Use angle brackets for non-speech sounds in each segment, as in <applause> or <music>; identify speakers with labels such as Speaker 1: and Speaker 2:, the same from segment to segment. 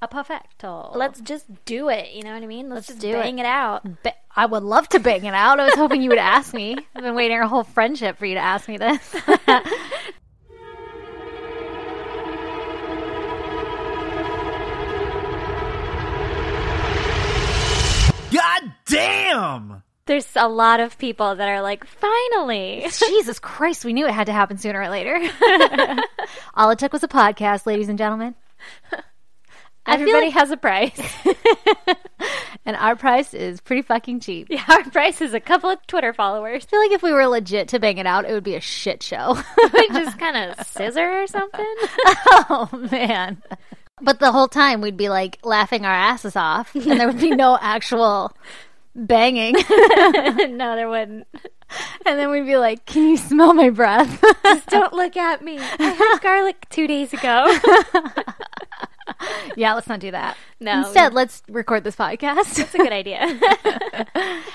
Speaker 1: a perfecto.
Speaker 2: Let's just do it. You know what I mean? Let's,
Speaker 1: Let's
Speaker 2: just
Speaker 1: do
Speaker 2: bang it, Hmm. out.
Speaker 1: Ba- I would love to bang it out. I was hoping you would ask me. I've been waiting our whole friendship for you to ask me
Speaker 2: <laughs>
Speaker 1: this.
Speaker 3: God damn!
Speaker 2: There's a lot of people that are like, finally.
Speaker 1: Jesus Christ, we knew it had to happen sooner or later. <laughs> All it took was a podcast, ladies and gentlemen.
Speaker 2: I feel
Speaker 1: Everybody
Speaker 2: like-
Speaker 1: has a price.
Speaker 2: <laughs>
Speaker 1: and our price is pretty fucking cheap. I
Speaker 2: Our price is a couple of Twitter followers. <laughs>
Speaker 1: feel like if we were legit to bang it out, it would be a shit show.
Speaker 2: We just kind <laughs> of scissor or something.
Speaker 1: <laughs> oh, man. But the whole time we'd be like laughing our asses off, and there would be
Speaker 2: <laughs>
Speaker 1: no actual banging.
Speaker 2: <laughs> no, there wouldn't.
Speaker 1: And then we'd be like, Can you smell my breath?
Speaker 2: Don't look at me. I <laughs> had garlic two days <laughs> ago.
Speaker 1: <laughs> yeah, let's not do that. Um,
Speaker 2: No.
Speaker 1: Instead, let's record this podcast.
Speaker 2: That's a good <laughs> idea.
Speaker 1: <laughs>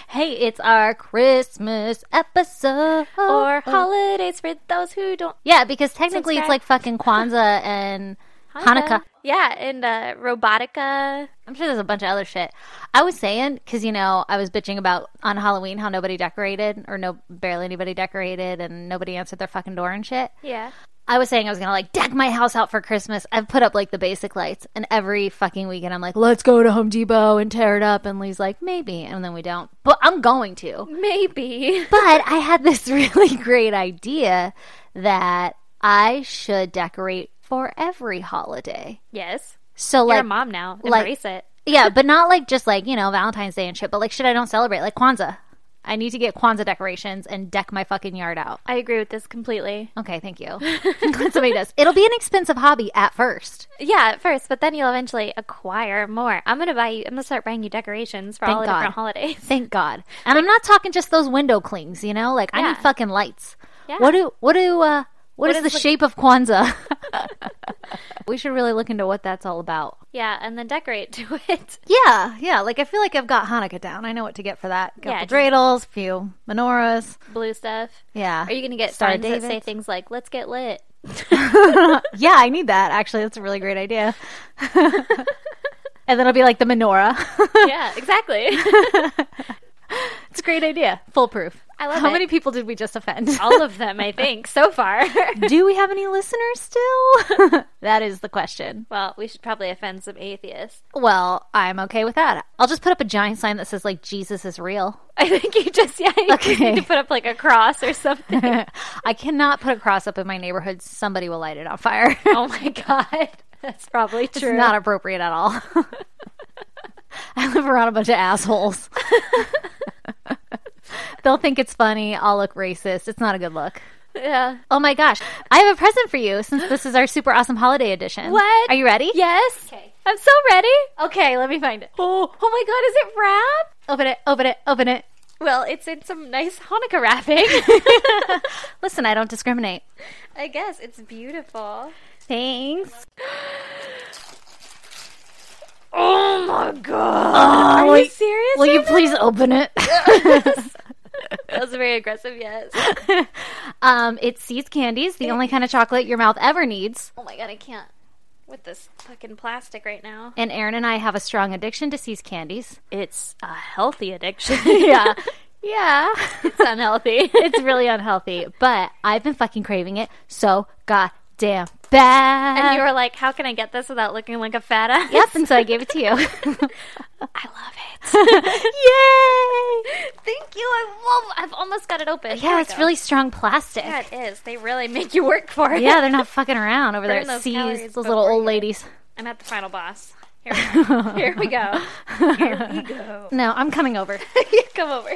Speaker 1: Hey, it's our Christmas episode. Oh.
Speaker 2: or holidays for those who don't.
Speaker 1: yeah, because technically it's
Speaker 2: Subscribe.
Speaker 1: like fucking Kwanzaa and <laughs> Hanukkah.
Speaker 2: Yeah, and uh, Robotica.
Speaker 1: I'm sure there's a bunch of other shit. I was saying because you know I was bitching about on Halloween how nobody decorated or no barely anybody decorated and nobody answered their fucking door and shit.
Speaker 2: Yeah.
Speaker 1: I was saying I was gonna like deck my house out for Christmas. I've put up like the basic lights, and every fucking weekend I'm like, let's go to Home Depot and tear it up. And Lee's like, maybe, and then we don't. But I'm going to.
Speaker 2: <laughs> Maybe.
Speaker 1: But I had this <laughs> really great idea that I should decorate for every holiday.
Speaker 2: Yes.
Speaker 1: So
Speaker 2: You're
Speaker 1: like
Speaker 2: a mom now.
Speaker 1: like-
Speaker 2: Embrace it.
Speaker 1: <laughs> yeah, but not like just like, you know, Valentine's Day and shit, but like shit I don't celebrate, like Kwanzaa. I need to get Kwanzaa decorations and deck my fucking yard out.
Speaker 2: I agree with this completely.
Speaker 1: Okay, thank you. <laughs> I'm glad somebody does. It'll be an expensive hobby at first.
Speaker 2: Yeah, at first, but then you'll eventually acquire more. I'm gonna buy you. I'm gonna start buying you decorations for all the
Speaker 1: Thank
Speaker 2: different
Speaker 1: God.
Speaker 2: holidays. <laughs>
Speaker 1: Thank God. And I'm not talking just those window clings, you know? Like I
Speaker 2: Yeah.
Speaker 1: need fucking lights.
Speaker 2: Yeah.
Speaker 1: What do what do uh what is,
Speaker 2: is,
Speaker 1: the
Speaker 2: like-
Speaker 1: shape of Kwanzaa? <laughs> we should really look into what that's all about.
Speaker 2: Yeah, and then decorate <laughs> to it.
Speaker 1: Yeah, yeah. Like I feel like I've got Hanukkah down. I know what to get for that. Couple
Speaker 2: Yeah, just-
Speaker 1: dreidels, few menorahs.
Speaker 2: Blue stuff.
Speaker 1: Yeah.
Speaker 2: Are you gonna get
Speaker 1: Star
Speaker 2: signs that say
Speaker 1: Davids?
Speaker 2: things like "Let's get lit"?
Speaker 1: Yeah, I need that. Actually, that's a really great idea. <laughs> and then it'll be like the menorah. <laughs>
Speaker 2: yeah, exactly.
Speaker 1: it's a great idea. Foolproof.
Speaker 2: I love
Speaker 1: How
Speaker 2: it. <laughs>
Speaker 1: many people did we just offend?
Speaker 2: all of them, I think, so far.
Speaker 1: <laughs>
Speaker 2: <laughs>
Speaker 1: Do we have any listeners still? <laughs> that is the question.
Speaker 2: well, we should probably offend some atheists. <laughs>
Speaker 1: Well, I'm okay with that. I'll just put up a giant sign that says like Jesus is
Speaker 2: <laughs>
Speaker 1: real. <laughs>
Speaker 2: I think you just yeah, you just
Speaker 1: Okay.
Speaker 2: need to put up like a cross
Speaker 1: <laughs>
Speaker 2: or something.
Speaker 1: I cannot put a cross up in my neighborhood. Somebody will light it on fire. <laughs>
Speaker 2: oh my god, that's probably true.
Speaker 1: It's not appropriate at all. <laughs> I live around a bunch of assholes. <laughs> They'll think it's funny. I'll look racist. It's not a good look.
Speaker 2: <laughs> yeah.
Speaker 1: Oh my gosh. I have a present for you since this is our super awesome holiday edition.
Speaker 2: What?
Speaker 1: Are you ready?
Speaker 2: Yes.
Speaker 1: Okay.
Speaker 2: I'm so ready.
Speaker 1: Okay, let me find it.
Speaker 2: Oh, oh my god, is it wrap?
Speaker 1: Open it, open it, open it. <laughs>
Speaker 2: Well, it's in some nice Hanukkah wrapping. <laughs>
Speaker 1: Listen, I don't discriminate.
Speaker 2: I guess it's beautiful.
Speaker 1: Thanks.
Speaker 2: Oh my god. Are you serious?
Speaker 1: Will you please open it?
Speaker 2: <laughs> that was very aggressive, <gasps> yes.
Speaker 1: <laughs> um, it's Seeds Candies, the only kind of chocolate your mouth ever needs.
Speaker 2: Oh my god, I can't with this fucking plastic right now.
Speaker 1: And Aaron and I have a strong addiction to Seeds
Speaker 2: <laughs>
Speaker 1: Candies.
Speaker 2: It's a healthy <laughs> addiction.
Speaker 1: Yeah. yeah.
Speaker 2: it's unhealthy.
Speaker 1: <laughs> it's really unhealthy, but I've been fucking craving it so goddamn bad.
Speaker 2: and you were like, how can I get this without looking like a fat ass?
Speaker 1: yep,
Speaker 2: <laughs>
Speaker 1: and so I gave it to you.
Speaker 2: I love it.
Speaker 1: Yay!
Speaker 2: Thank you. I love I've almost got it open. Here
Speaker 1: Yeah,
Speaker 2: we
Speaker 1: it's
Speaker 2: go.
Speaker 1: really strong plastic.
Speaker 2: Yeah,
Speaker 1: Yeah,
Speaker 2: it is. They really make you work for it.
Speaker 1: they're not fucking around over there
Speaker 2: Burn
Speaker 1: at
Speaker 2: those
Speaker 1: C's,
Speaker 2: calories
Speaker 1: those
Speaker 2: before
Speaker 1: little old
Speaker 2: you-
Speaker 1: ladies.
Speaker 2: I'm at the final boss. Here we go. Here we <laughs> go.
Speaker 1: <laughs>
Speaker 2: Here we go.
Speaker 1: No, I'm coming <laughs> over.
Speaker 2: Come over.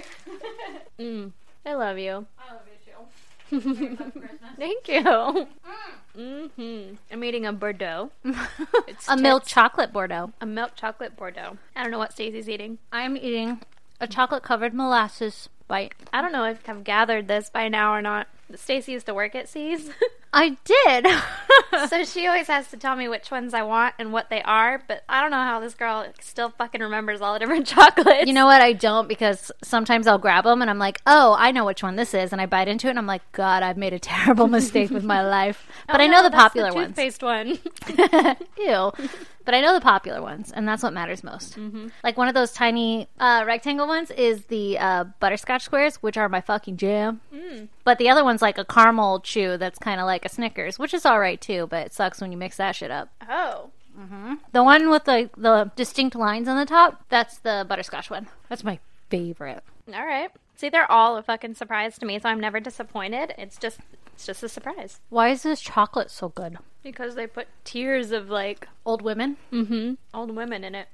Speaker 2: Mm. I love you. <laughs> Thank you. hmm I'm eating a Bordeaux,
Speaker 1: <laughs> a milk chocolate Bordeaux.
Speaker 2: a milk chocolate Bordeaux. I don't know what Stacey's eating.
Speaker 1: I'm eating a chocolate covered molasses bite.
Speaker 2: I don't know if I've gathered this by now or not. Stacy used to work at C's, <laughs>
Speaker 1: I <laughs> did.
Speaker 2: so she always has to tell me which ones I want and what they are. But I don't know how this girl still fucking remembers all the different <laughs> chocolates.
Speaker 1: you know what? I don't because sometimes I'll grab them and I'm like, oh, I know which one this is. And I bite into it and I'm like, God, I've made a <laughs> Oh, terrible mistake with my life. But I know the popular ones.
Speaker 2: Toothpaste one.
Speaker 1: Ew. But I know the popular ones, and that's what matters most. Like one of those tiny uh, rectangle ones is the uh, butterscotch squares, which are my fucking jam. But the other one's like a caramel chew that's kind of like a Snickers, which is all right too, but it sucks when you mix that shit up.
Speaker 2: Oh.
Speaker 1: The one with the, the distinct lines on the top, that's the butterscotch one. That's my favorite.
Speaker 2: All right. See, they're all a fucking surprise to me, so I'm never disappointed. It's just, it's just a surprise
Speaker 1: Why is this chocolate so good?
Speaker 2: because they put tears of like
Speaker 1: Old women.
Speaker 2: old women in it.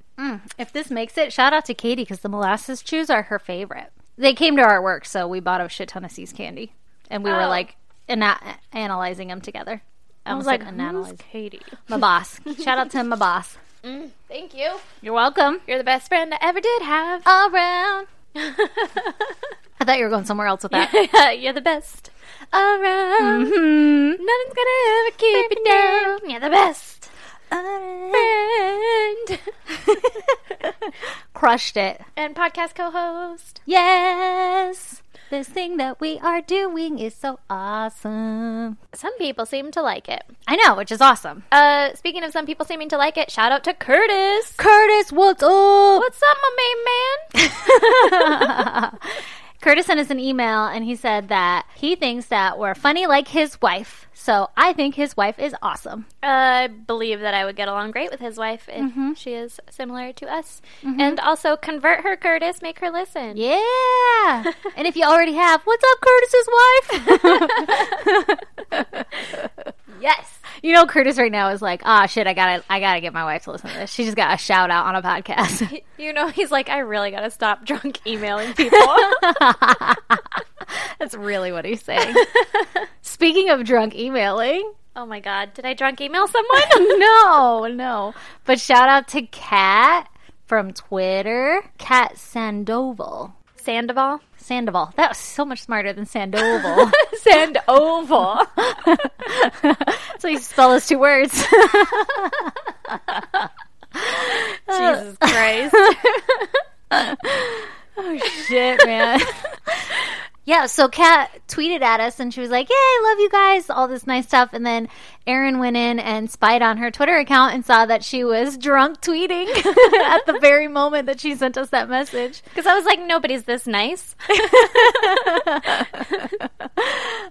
Speaker 1: If this makes it, shout out to Katie because the molasses chews are her favorite. They came to our work, so we bought a shit ton of C's candy, and we were
Speaker 2: Oh.
Speaker 1: like ana- analyzing them together. I, was like, analyzing
Speaker 2: Katie?
Speaker 1: my
Speaker 2: <laughs>
Speaker 1: boss. Shout out to my boss.
Speaker 2: Thank you.
Speaker 1: You're welcome.
Speaker 2: You're the best friend I ever did have. <laughs>
Speaker 1: All around. I thought you were going somewhere else with
Speaker 2: <laughs>
Speaker 1: that.
Speaker 2: You're the best around.
Speaker 1: Mhm.
Speaker 2: Nothing's gonna ever keep you down. You're the best friend
Speaker 1: Crushed it.
Speaker 2: <laughs> and podcast co-host.
Speaker 1: Yes. This thing that we are doing is so awesome.
Speaker 2: Some people seem to like it.
Speaker 1: I know, which is awesome.
Speaker 2: Uh, speaking of some people seeming to like it, shout out to Curtis.
Speaker 1: Curtis, Oh. what's up?
Speaker 2: What's up, my main man?
Speaker 1: <laughs> Curtis sent us an email and he said that he thinks that we're funny like his wife. So I think his wife is awesome.
Speaker 2: I believe that I would get along great with his wife if
Speaker 1: Mm-hmm.
Speaker 2: she is similar to us. And also convert her, Curtis. Make her listen.
Speaker 1: Yeah. and if you already have, what's up, Curtis's wife? <laughs>
Speaker 2: Yes.
Speaker 1: you know, Curtis right now is like, ah, shit, I gotta, I gotta get my wife to listen to this. She just got a shout out on a podcast. <laughs>
Speaker 2: You know, <laughs> he's like, I really got to stop drunk emailing people.
Speaker 1: That's really what he's saying. Speaking of drunk emailing,
Speaker 2: <laughs> oh my God. Did I drunk email someone?
Speaker 1: no, no. But shout out to Kat from Twitter, Kat Sandoval. <laughs>
Speaker 2: Sandoval.
Speaker 1: Sandoval. That was so much smarter than
Speaker 2: <laughs>
Speaker 1: Sandoval.
Speaker 2: Sandoval.
Speaker 1: so you spell those two words.
Speaker 2: <laughs> Jesus <laughs> Christ.
Speaker 1: Shit,
Speaker 2: <laughs>
Speaker 1: man. <laughs> yeah, so Kat tweeted at us and she was like, Yay, love you guys, all this nice stuff. And then Erin went in and spied on her Twitter account and saw that she was drunk tweeting <laughs> at the very moment that she sent us that message.
Speaker 2: Because I was like, nobody's this nice.
Speaker 1: <laughs> <laughs>
Speaker 2: <laughs>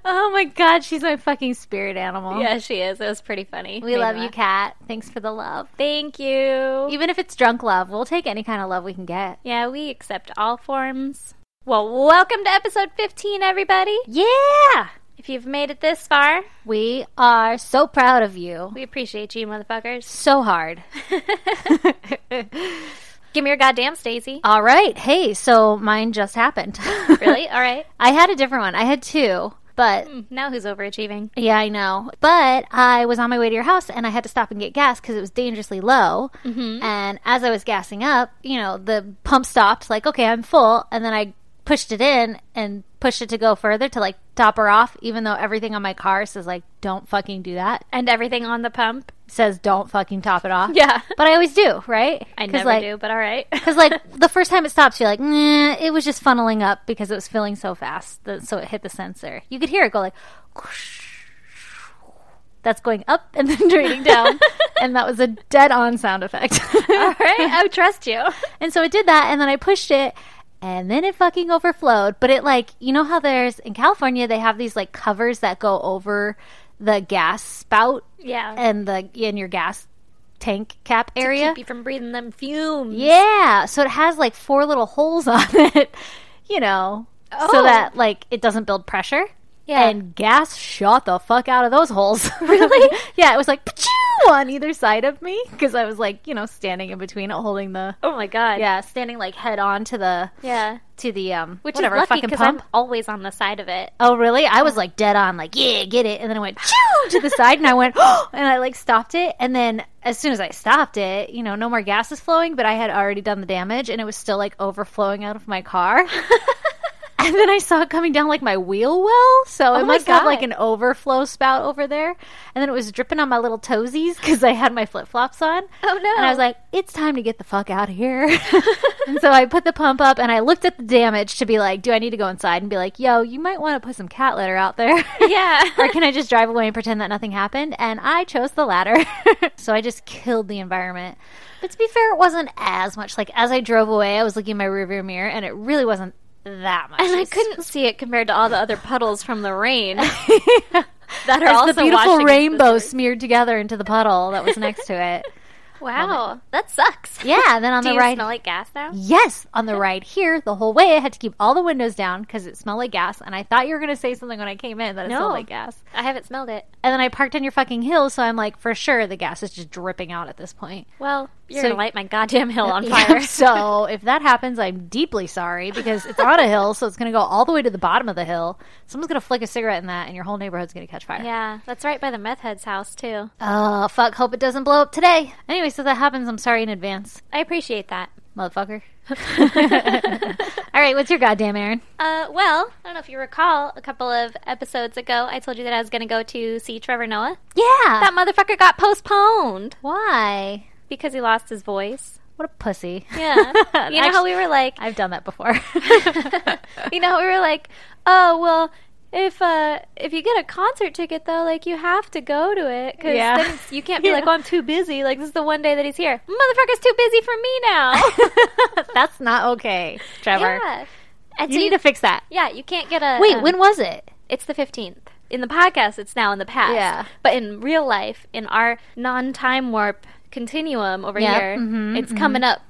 Speaker 1: Oh my God, she's my fucking spirit animal.
Speaker 2: Yeah, she is. It was pretty funny.
Speaker 1: We love you, Kat. Thanks for the love.
Speaker 2: Thank you.
Speaker 1: Even if it's drunk love, we'll take any kind of love we can get.
Speaker 2: Yeah, we accept all forms. Well, welcome to episode 15, everybody.
Speaker 1: Yeah!
Speaker 2: If you've made it this far,
Speaker 1: We are so proud of you.
Speaker 2: we appreciate you, motherfuckers.
Speaker 1: So
Speaker 2: <laughs>
Speaker 1: hard.
Speaker 2: Give me your
Speaker 1: <laughs>
Speaker 2: goddamn Stacy.
Speaker 1: All right. Hey, so mine just happened.
Speaker 2: Really? All right.
Speaker 1: <laughs>
Speaker 2: Mm,
Speaker 1: I had a different one. I had two, but
Speaker 2: Now who's overachieving?
Speaker 1: yeah, I know. But I was on my way to your house and I had to stop and get gas because it was dangerously low.
Speaker 2: Mm-hmm.
Speaker 1: And as I was gassing up, you know, the pump stopped, like, okay, I'm full. And then I pushed it in and pushed it to go further to like top her off, even though everything on my car says, like, don't fucking do that.
Speaker 2: And everything on the pump?
Speaker 1: says, don't fucking top it off.
Speaker 2: Yeah.
Speaker 1: But I always do, right?
Speaker 2: <laughs> I
Speaker 1: 'Cause,
Speaker 2: never
Speaker 1: like,
Speaker 2: do, but
Speaker 1: <laughs>
Speaker 2: all right.
Speaker 1: Because like the first time it stops, you're like, nah, it was just funneling up because it was filling so fast, that, so it hit the sensor. You could hear it go like, <laughs> that's going up and then <laughs> draining
Speaker 2: <laughs>
Speaker 1: down, and that was a dead-on sound effect.
Speaker 2: <laughs> all right. I trust you.
Speaker 1: <laughs> and so it did that, and then I pushed it, and then it fucking overflowed. But it like, you know how there's in California they have these like covers that go over the gas spout
Speaker 2: Yeah.
Speaker 1: and the in your gas tank cap area.
Speaker 2: Keep you from breathing them fumes.
Speaker 1: Yeah, so it has like four little holes <laughs> on it, you know, so
Speaker 2: Oh.
Speaker 1: that like it doesn't build pressure.
Speaker 2: Yeah.
Speaker 1: And gas shot the fuck out of those holes. <laughs> really? yeah, it was like "Pachoo!" on either side of me because I was like, you know, standing in between it, holding the
Speaker 2: Oh my god.
Speaker 1: yeah, standing like head on to the
Speaker 2: Yeah.
Speaker 1: to the um
Speaker 2: Which
Speaker 1: whatever
Speaker 2: is lucky
Speaker 1: fucking
Speaker 2: because
Speaker 1: pump.
Speaker 2: I'm always on the side of
Speaker 1: <laughs>
Speaker 2: it. <laughs>
Speaker 1: Oh, really? I was like dead on, like, yeah, get it. And then I went Choo! to the side and I went, oh, and I like stopped it. And then as soon as I stopped it, you know, no more gas is flowing, but I had already done the damage and it was still like overflowing out of my car. <laughs> and then I saw it coming down like my wheel well, so it
Speaker 2: Oh my
Speaker 1: must have like
Speaker 2: God.
Speaker 1: an overflow spout over there. And then it was dripping on my little toesies because I had my flip flops on.
Speaker 2: Oh, no.
Speaker 1: And I was like, "It's time to get the fuck out of
Speaker 2: <laughs>
Speaker 1: here." and so I put the pump up, and I looked at the damage to be like, "Do I need to go inside?" And be like, "Yo, you might want to put some cat litter out there."
Speaker 2: <laughs> Yeah.
Speaker 1: <laughs> or can I just drive away and pretend that nothing happened? And I chose the latter. <laughs> so I just killed the environment. But to be fair, it wasn't as much. Like as I drove away, I was looking in my rearview mirror and it really wasn't that much.
Speaker 2: And I
Speaker 1: It's-
Speaker 2: couldn't see it compared to all the other puddles from the
Speaker 1: <laughs>
Speaker 2: rain that are
Speaker 1: there's
Speaker 2: also
Speaker 1: the beautiful
Speaker 2: washing
Speaker 1: rainbow
Speaker 2: this-
Speaker 1: smeared together into the puddle that was next to
Speaker 2: <laughs>
Speaker 1: it.
Speaker 2: Wow, that sucks.
Speaker 1: Yeah, and then on
Speaker 2: Do
Speaker 1: the
Speaker 2: you
Speaker 1: right
Speaker 2: smell like gas now?
Speaker 1: Yes, on the ride here, the whole way I had to keep all the windows down because it smelled like gas. And I thought you were going to say something when I came in that it smelled
Speaker 2: No.
Speaker 1: like gas.
Speaker 2: I haven't smelled it.
Speaker 1: And then I parked on your fucking hill, so I'm like, for sure, the gas is just dripping out at this point.
Speaker 2: Well, you're
Speaker 1: So-
Speaker 2: gonna light my goddamn hill
Speaker 1: <laughs>
Speaker 2: on
Speaker 1: Yeah,
Speaker 2: fire.
Speaker 1: so if that happens, I'm deeply sorry because it's on a hill, so it's going to go all the way to the bottom of the hill. Someone's going to flick a cigarette in that, and your whole neighborhood's going to catch fire.
Speaker 2: <laughs> yeah, that's right by the meth head's house too.
Speaker 1: Oh fuck! Hope it doesn't blow up today. Anyway, so that happens. I'm sorry in advance,
Speaker 2: I appreciate that.
Speaker 1: motherfucker. <laughs> all right, what's your goddamn Aaron?
Speaker 2: Uh, well, I don't know if you recall, a couple of episodes ago, I told you that I was gonna go to see Trevor Noah.
Speaker 1: Yeah.
Speaker 2: That motherfucker got postponed
Speaker 1: Why?
Speaker 2: because he lost
Speaker 1: <laughs>
Speaker 2: his voice.
Speaker 1: What a pussy. <laughs>
Speaker 2: Yeah, you know how
Speaker 1: Actually-
Speaker 2: we were like,
Speaker 1: I've done that <laughs> before.
Speaker 2: <laughs> you know, we were like, oh well, if uh, if you get a concert ticket though, like you have to go to it because
Speaker 1: Yeah.
Speaker 2: then you can't
Speaker 1: <laughs>
Speaker 2: be
Speaker 1: Yeah.
Speaker 2: like, oh, I'm too busy. Like this is the one day that he's here. Motherfucker's too busy for me now.
Speaker 1: <laughs> That's not okay, Trevor.
Speaker 2: yeah, and
Speaker 1: You need to fix that.
Speaker 2: yeah, you can't get a
Speaker 1: Wait,
Speaker 2: um,
Speaker 1: when was it?
Speaker 2: it's the fifteenth. In the podcast, it's now in the past.
Speaker 1: Yeah.
Speaker 2: But in real life, in our non-time warp continuum over
Speaker 1: Yep.
Speaker 2: here,
Speaker 1: Mhm,
Speaker 2: it's coming up.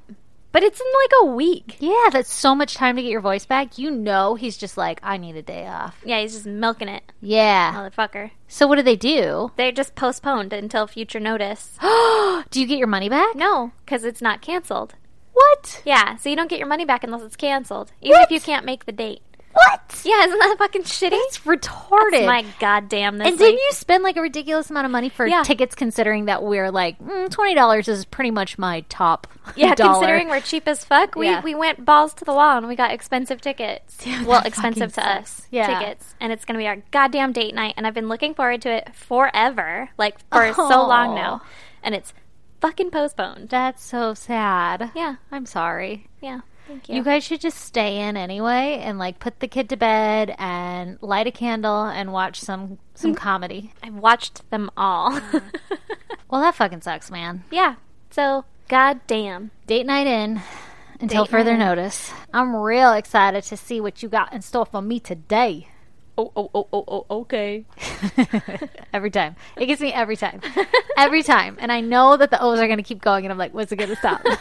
Speaker 2: But it's in like a week.
Speaker 1: Yeah, that's so much time to get your voice back. You know, he's just like, I need a day off.
Speaker 2: Yeah, he's just milking it,
Speaker 1: Yeah.
Speaker 2: motherfucker.
Speaker 1: So what do they do? <gasps>
Speaker 2: They're just postponed until future notice.
Speaker 1: Do you get your money back?
Speaker 2: no, because it's not canceled.
Speaker 1: What?
Speaker 2: Yeah, so you don't get your money back unless it's canceled, even if you can't make the date.
Speaker 1: What?
Speaker 2: Yeah, isn't that fucking shitty?
Speaker 1: It's retarded.
Speaker 2: That's my goddamn this
Speaker 1: and didn't
Speaker 2: week.
Speaker 1: you spend like a ridiculous amount of money for
Speaker 2: Yeah.
Speaker 1: tickets considering that we're like, mm, $20 is pretty much my top <laughs>
Speaker 2: Yeah,
Speaker 1: dollar.
Speaker 2: considering we're cheap as fuck, we,
Speaker 1: Yeah.
Speaker 2: we went balls to the wall and we got expensive tickets. well,
Speaker 1: that
Speaker 2: expensive to
Speaker 1: fucking sucks.
Speaker 2: us.
Speaker 1: Yeah.
Speaker 2: Tickets. And it's going to be our goddamn date night. And I've been looking forward to it forever, like for so long now.
Speaker 1: Oh.
Speaker 2: And it's fucking postponed.
Speaker 1: That's so sad.
Speaker 2: Yeah.
Speaker 1: I'm sorry.
Speaker 2: Yeah. Thank
Speaker 1: You guys should just stay in anyway and like put the kid to bed and light a candle and watch some some
Speaker 2: Mm.
Speaker 1: comedy.
Speaker 2: I've watched them all. <laughs>
Speaker 1: Well, that fucking sucks, man.
Speaker 2: yeah. So, goddamn.
Speaker 1: Date night in until
Speaker 2: Date
Speaker 1: further
Speaker 2: night in.
Speaker 1: notice. I'm real excited to see what you got in store for me today.
Speaker 2: Oh, oh, oh, oh, oh, okay.
Speaker 1: <laughs> every time. It gets me every time. Every time. And I know that the O's are going to keep going and I'm like, when's it going to stop?
Speaker 2: <laughs>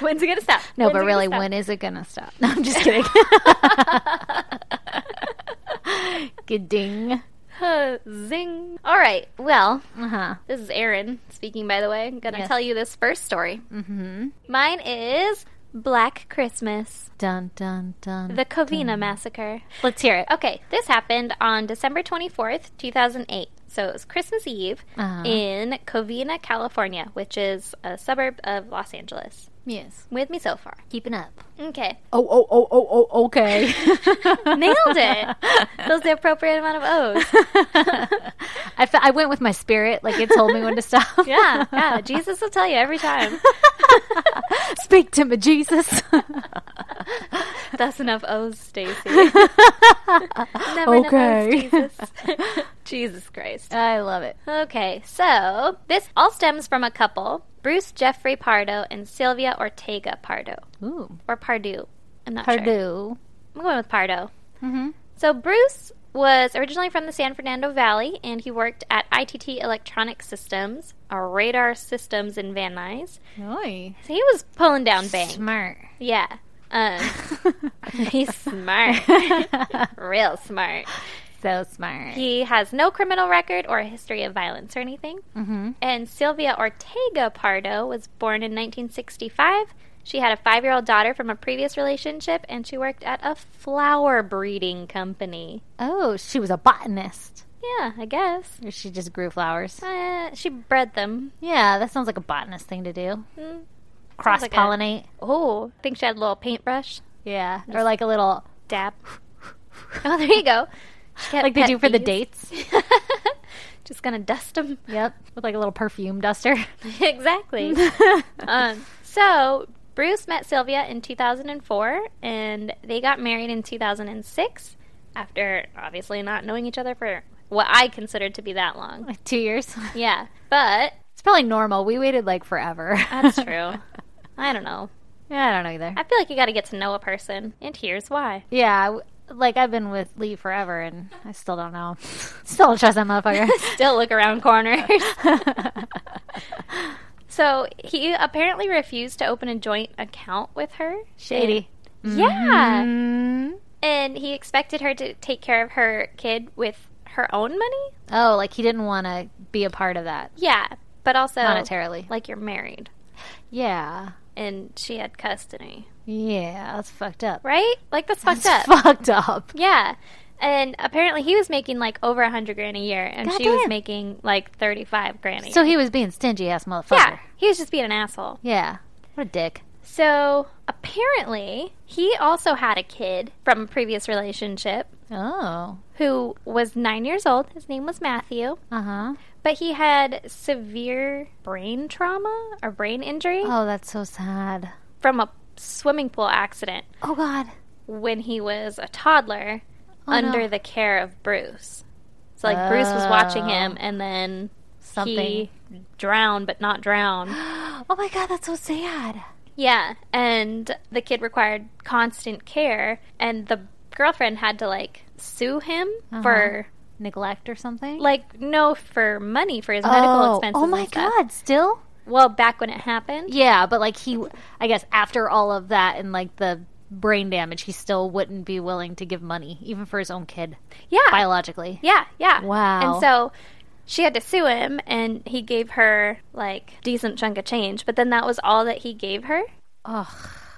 Speaker 2: When's it going to stop?
Speaker 1: No,
Speaker 2: When's it
Speaker 1: but
Speaker 2: gonna
Speaker 1: really,
Speaker 2: stop?
Speaker 1: when is it going to stop? <laughs> No, I'm
Speaker 2: <laughs>
Speaker 1: just kidding. Good ding.
Speaker 2: Uh, zing. All right. Well,
Speaker 1: Uh-huh.
Speaker 2: This is Erin speaking, by the way. I'm going to
Speaker 1: Yes.
Speaker 2: tell you this first story. Mm-hmm. Mine is Black Christmas,
Speaker 1: Dun, dun, dun.
Speaker 2: the
Speaker 1: Mm.
Speaker 2: Covina Massacre.
Speaker 1: Let's hear it.
Speaker 2: Okay, this happened on December 24th, 2008. So it was Christmas Eve
Speaker 1: Uh-huh.
Speaker 2: in Covina, California, which is a suburb of Los Angeles.
Speaker 1: Yes.
Speaker 2: With me so far.
Speaker 1: Keeping up.
Speaker 2: Okay,
Speaker 1: Oh, oh, oh, oh, oh, okay.
Speaker 2: <laughs> nailed
Speaker 1: <laughs>
Speaker 2: it. that was the appropriate amount of O's.
Speaker 1: I, fe- I went with my spirit. Like, it told me
Speaker 2: <laughs>
Speaker 1: when to stop.
Speaker 2: Yeah, yeah. Jesus will tell you every time.
Speaker 1: <laughs> Speak to me, Jesus.
Speaker 2: <laughs>
Speaker 1: <laughs>
Speaker 2: That's enough O's, Stacy. Never enough O's,
Speaker 1: Okay.
Speaker 2: Jesus. <laughs> Jesus Christ.
Speaker 1: I love it.
Speaker 2: Okay, so this all stems from a couple, Bruce Jeffrey Pardo and Sylvia Ortega Pardo.
Speaker 1: Ooh.
Speaker 2: Or Pardue. I'm not sure.
Speaker 1: Purdue.
Speaker 2: I'm going with Pardo.
Speaker 1: Mm-hmm.
Speaker 2: So Bruce was originally from the San Fernando Valley, and he worked at ITT Electronic Systems, or Radar Systems in Van Nuys.
Speaker 1: Nice.
Speaker 2: So he was pulling down bank.
Speaker 1: Smart.
Speaker 2: Yeah.
Speaker 1: <laughs>
Speaker 2: Um, he's smart. <laughs> Real smart.
Speaker 1: so smart.
Speaker 2: He has no criminal record or a history of violence or anything.
Speaker 1: Mm-hmm.
Speaker 2: And Sylvia Ortega Pardo was born in 1965. She had a five year old daughter from a previous relationship, and she worked at a flower breeding company.
Speaker 1: Oh, she was a botanist.
Speaker 2: Yeah, I guess.
Speaker 1: Or she just grew flowers.
Speaker 2: Uh, she bred them.
Speaker 1: Yeah, that sounds like a botanist thing to do.
Speaker 2: Mm,
Speaker 1: Cross
Speaker 2: like a-
Speaker 1: pollinate.
Speaker 2: Oh, I think she had a little paintbrush.
Speaker 1: yeah. Or like a little
Speaker 2: dab. oh, there you go. She
Speaker 1: <laughs>
Speaker 2: got
Speaker 1: like they
Speaker 2: pet
Speaker 1: do for the
Speaker 2: peeves.
Speaker 1: dates.
Speaker 2: <laughs> Just gonna dust them.
Speaker 1: Yep, with like a little perfume duster.
Speaker 2: <laughs> exactly. um, so Bruce met Sylvia in 2004, and they got married in 2006. After obviously not knowing each other for what I considered to be that long.
Speaker 1: <laughs>
Speaker 2: <laughs>
Speaker 1: like two years. <laughs>
Speaker 2: Yeah, but
Speaker 1: It's probably normal. We waited like forever.
Speaker 2: that's true. <laughs> I don't know.
Speaker 1: <laughs> yeah, I don't know either.
Speaker 2: I feel like you got to get to know a person, and here's why.
Speaker 1: yeah, w- like I've been with Lee forever, and I still don't know. <laughs> still don't trust that <laughs> motherfucker.
Speaker 2: Still look around corners. <laughs> so he apparently refused to open a joint account with her.
Speaker 1: Shady. Uh,
Speaker 2: Mm-hmm. Yeah.
Speaker 1: Mm.
Speaker 2: And he expected her to take care of her kid with her own money.
Speaker 1: Oh, like he didn't want to be a part of that
Speaker 2: Yeah. But also,
Speaker 1: Oh. monetarily.
Speaker 2: like you're married
Speaker 1: yeah,
Speaker 2: and she had custody,
Speaker 1: yeah, that's fucked up.
Speaker 2: right? Like that's fucked up.
Speaker 1: That's fucked <laughs> up.
Speaker 2: yeah. And apparently he was making like over a hundred grand a year and she was
Speaker 1: Goddamn.
Speaker 2: making like 35 grand a year.
Speaker 1: So he was being stingy ass motherfucker.
Speaker 2: yeah. He was just being an asshole.
Speaker 1: Yeah. What a dick.
Speaker 2: So apparently, he also had a kid from a previous relationship
Speaker 1: Oh.
Speaker 2: who was nine years old. His name was Matthew,
Speaker 1: Uh huh.
Speaker 2: but he had severe brain trauma or brain injury
Speaker 1: Oh, that's so sad.
Speaker 2: from a swimming pool accident
Speaker 1: Oh God.
Speaker 2: when he was a toddler
Speaker 1: Oh,
Speaker 2: under
Speaker 1: no.
Speaker 2: the care of Bruce. So, like, Bruce was watching him and then
Speaker 1: Oh. something.
Speaker 2: he drowned, but not drowned.
Speaker 1: <gasps> Oh my God, that's so sad.
Speaker 2: Yeah, and the kid required constant care, and the girlfriend had to like sue him
Speaker 1: Uh-huh.
Speaker 2: for
Speaker 1: Neglect or something.
Speaker 2: like no for money for his medical expenses.
Speaker 1: Oh
Speaker 2: and
Speaker 1: my
Speaker 2: stuff.
Speaker 1: God, still.
Speaker 2: Well, back when it happened,
Speaker 1: Yeah, but like he, I guess after all of that and like the brain damage, he still wouldn't be willing to give money even for his own kid
Speaker 2: yeah,
Speaker 1: biologically.
Speaker 2: yeah, yeah.
Speaker 1: Wow.
Speaker 2: And so she had to sue him, and he gave her like decent chunk of change, but then that was all that he gave her.
Speaker 1: Ugh,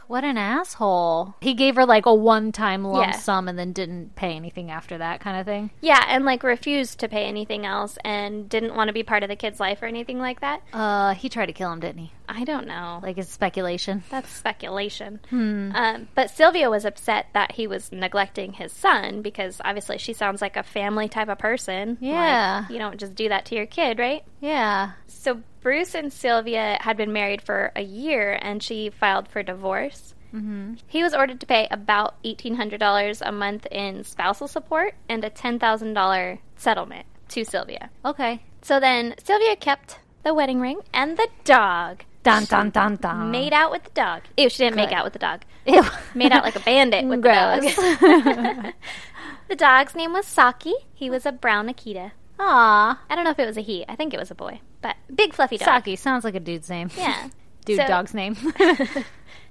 Speaker 1: what an asshole. He gave her like a one-time lump
Speaker 2: Yeah.
Speaker 1: sum and then didn't pay anything after that kind of thing.
Speaker 2: Yeah, and like refused to pay anything else, and didn't want to be part of the kid's life or anything like that.
Speaker 1: Uh, he tried to kill him, didn't he?
Speaker 2: I don't know.
Speaker 1: Like it's speculation.
Speaker 2: That's speculation. Um, but Sylvia was upset that he was neglecting his son because obviously she sounds like a family type of person.
Speaker 1: Yeah.
Speaker 2: Like, you don't just do that to your kid, right?
Speaker 1: Yeah.
Speaker 2: So Bruce and Sylvia had been married for a year and she filed for divorce. Mm-hmm. He was ordered to pay about $1,800 a month in spousal support and a $10,000 settlement to Sylvia.
Speaker 1: Okay.
Speaker 2: So then Sylvia kept the wedding ring and the dog.
Speaker 1: Dun dun dun dun. <laughs>
Speaker 2: Made out with the dog. Ew, she didn't make
Speaker 1: Oh. Good.
Speaker 2: out with the dog
Speaker 1: Ew.
Speaker 2: made out like a bandit with the
Speaker 1: <laughs>
Speaker 2: dog. the dog's name was Saki. He was a brown Akita.
Speaker 1: Aw.
Speaker 2: I don't know if it was a he. I think it was a boy, but big fluffy dog.
Speaker 1: Saki sounds like a dude's name.
Speaker 2: Yeah.
Speaker 1: Dude,
Speaker 2: So-
Speaker 1: dog's <laughs> name.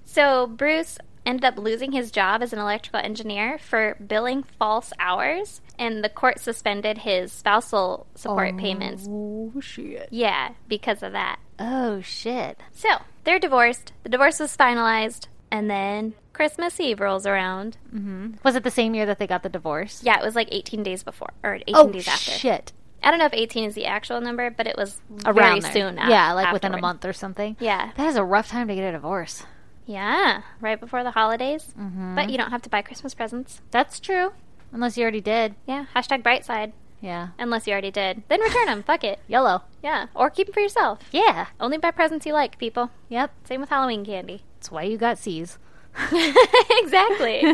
Speaker 2: So Bruce ended up losing his job as an electrical engineer for billing false hours, and the court suspended his spousal support payments.
Speaker 1: oh shit.
Speaker 2: Yeah, because of that.
Speaker 1: Oh shit.
Speaker 2: So they're divorced. The divorce was finalized, and then Christmas Eve rolls around.
Speaker 1: Was it the same year that they got the divorce?
Speaker 2: Yeah, it was like 18 days before or 18
Speaker 1: Oh
Speaker 2: days after.
Speaker 1: shit.
Speaker 2: I don't know if 18 is the actual number, but it was
Speaker 1: Around there.
Speaker 2: very soon. af-
Speaker 1: Yeah, like within a
Speaker 2: afterward.
Speaker 1: month or something.
Speaker 2: Yeah.
Speaker 1: That is a rough time to get a divorce.
Speaker 2: Yeah. Right before the holidays.
Speaker 1: Mm-hmm.
Speaker 2: But you don't have to buy Christmas presents.
Speaker 1: That's true. Unless you already did.
Speaker 2: Yeah. Hashtag bright side.
Speaker 1: Yeah.
Speaker 2: Unless you already did. Then return them. Fuck it.
Speaker 1: Yellow.
Speaker 2: Yeah. Or keep them for yourself.
Speaker 1: Yeah.
Speaker 2: Only buy presents you like, people.
Speaker 1: Yep.
Speaker 2: Same with Halloween candy. <laughs>
Speaker 1: That's why you got C's. <laughs>
Speaker 2: exactly.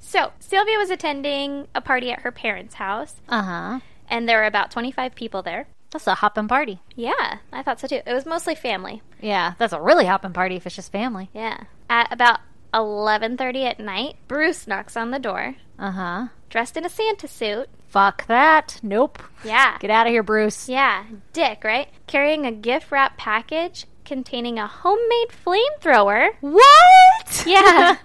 Speaker 2: so, Sylvia was attending a party at her parents' house,
Speaker 1: Uh huh.
Speaker 2: and there were about 25 people there.
Speaker 1: That's a hoppin' party.
Speaker 2: Yeah, I thought so too. It was mostly family.
Speaker 1: Yeah. That's a really hoppin' party if it's just family.
Speaker 2: Yeah. At about 11:30 at night, Bruce knocks on the door,
Speaker 1: Uh huh.
Speaker 2: dressed in a Santa suit.
Speaker 1: Fuck that. Nope. <laughs>
Speaker 2: Yeah.
Speaker 1: Get out of here, Bruce.
Speaker 2: Yeah, dick, right? Carrying a gift wrap package containing a homemade flamethrower.
Speaker 1: What?
Speaker 2: Yeah.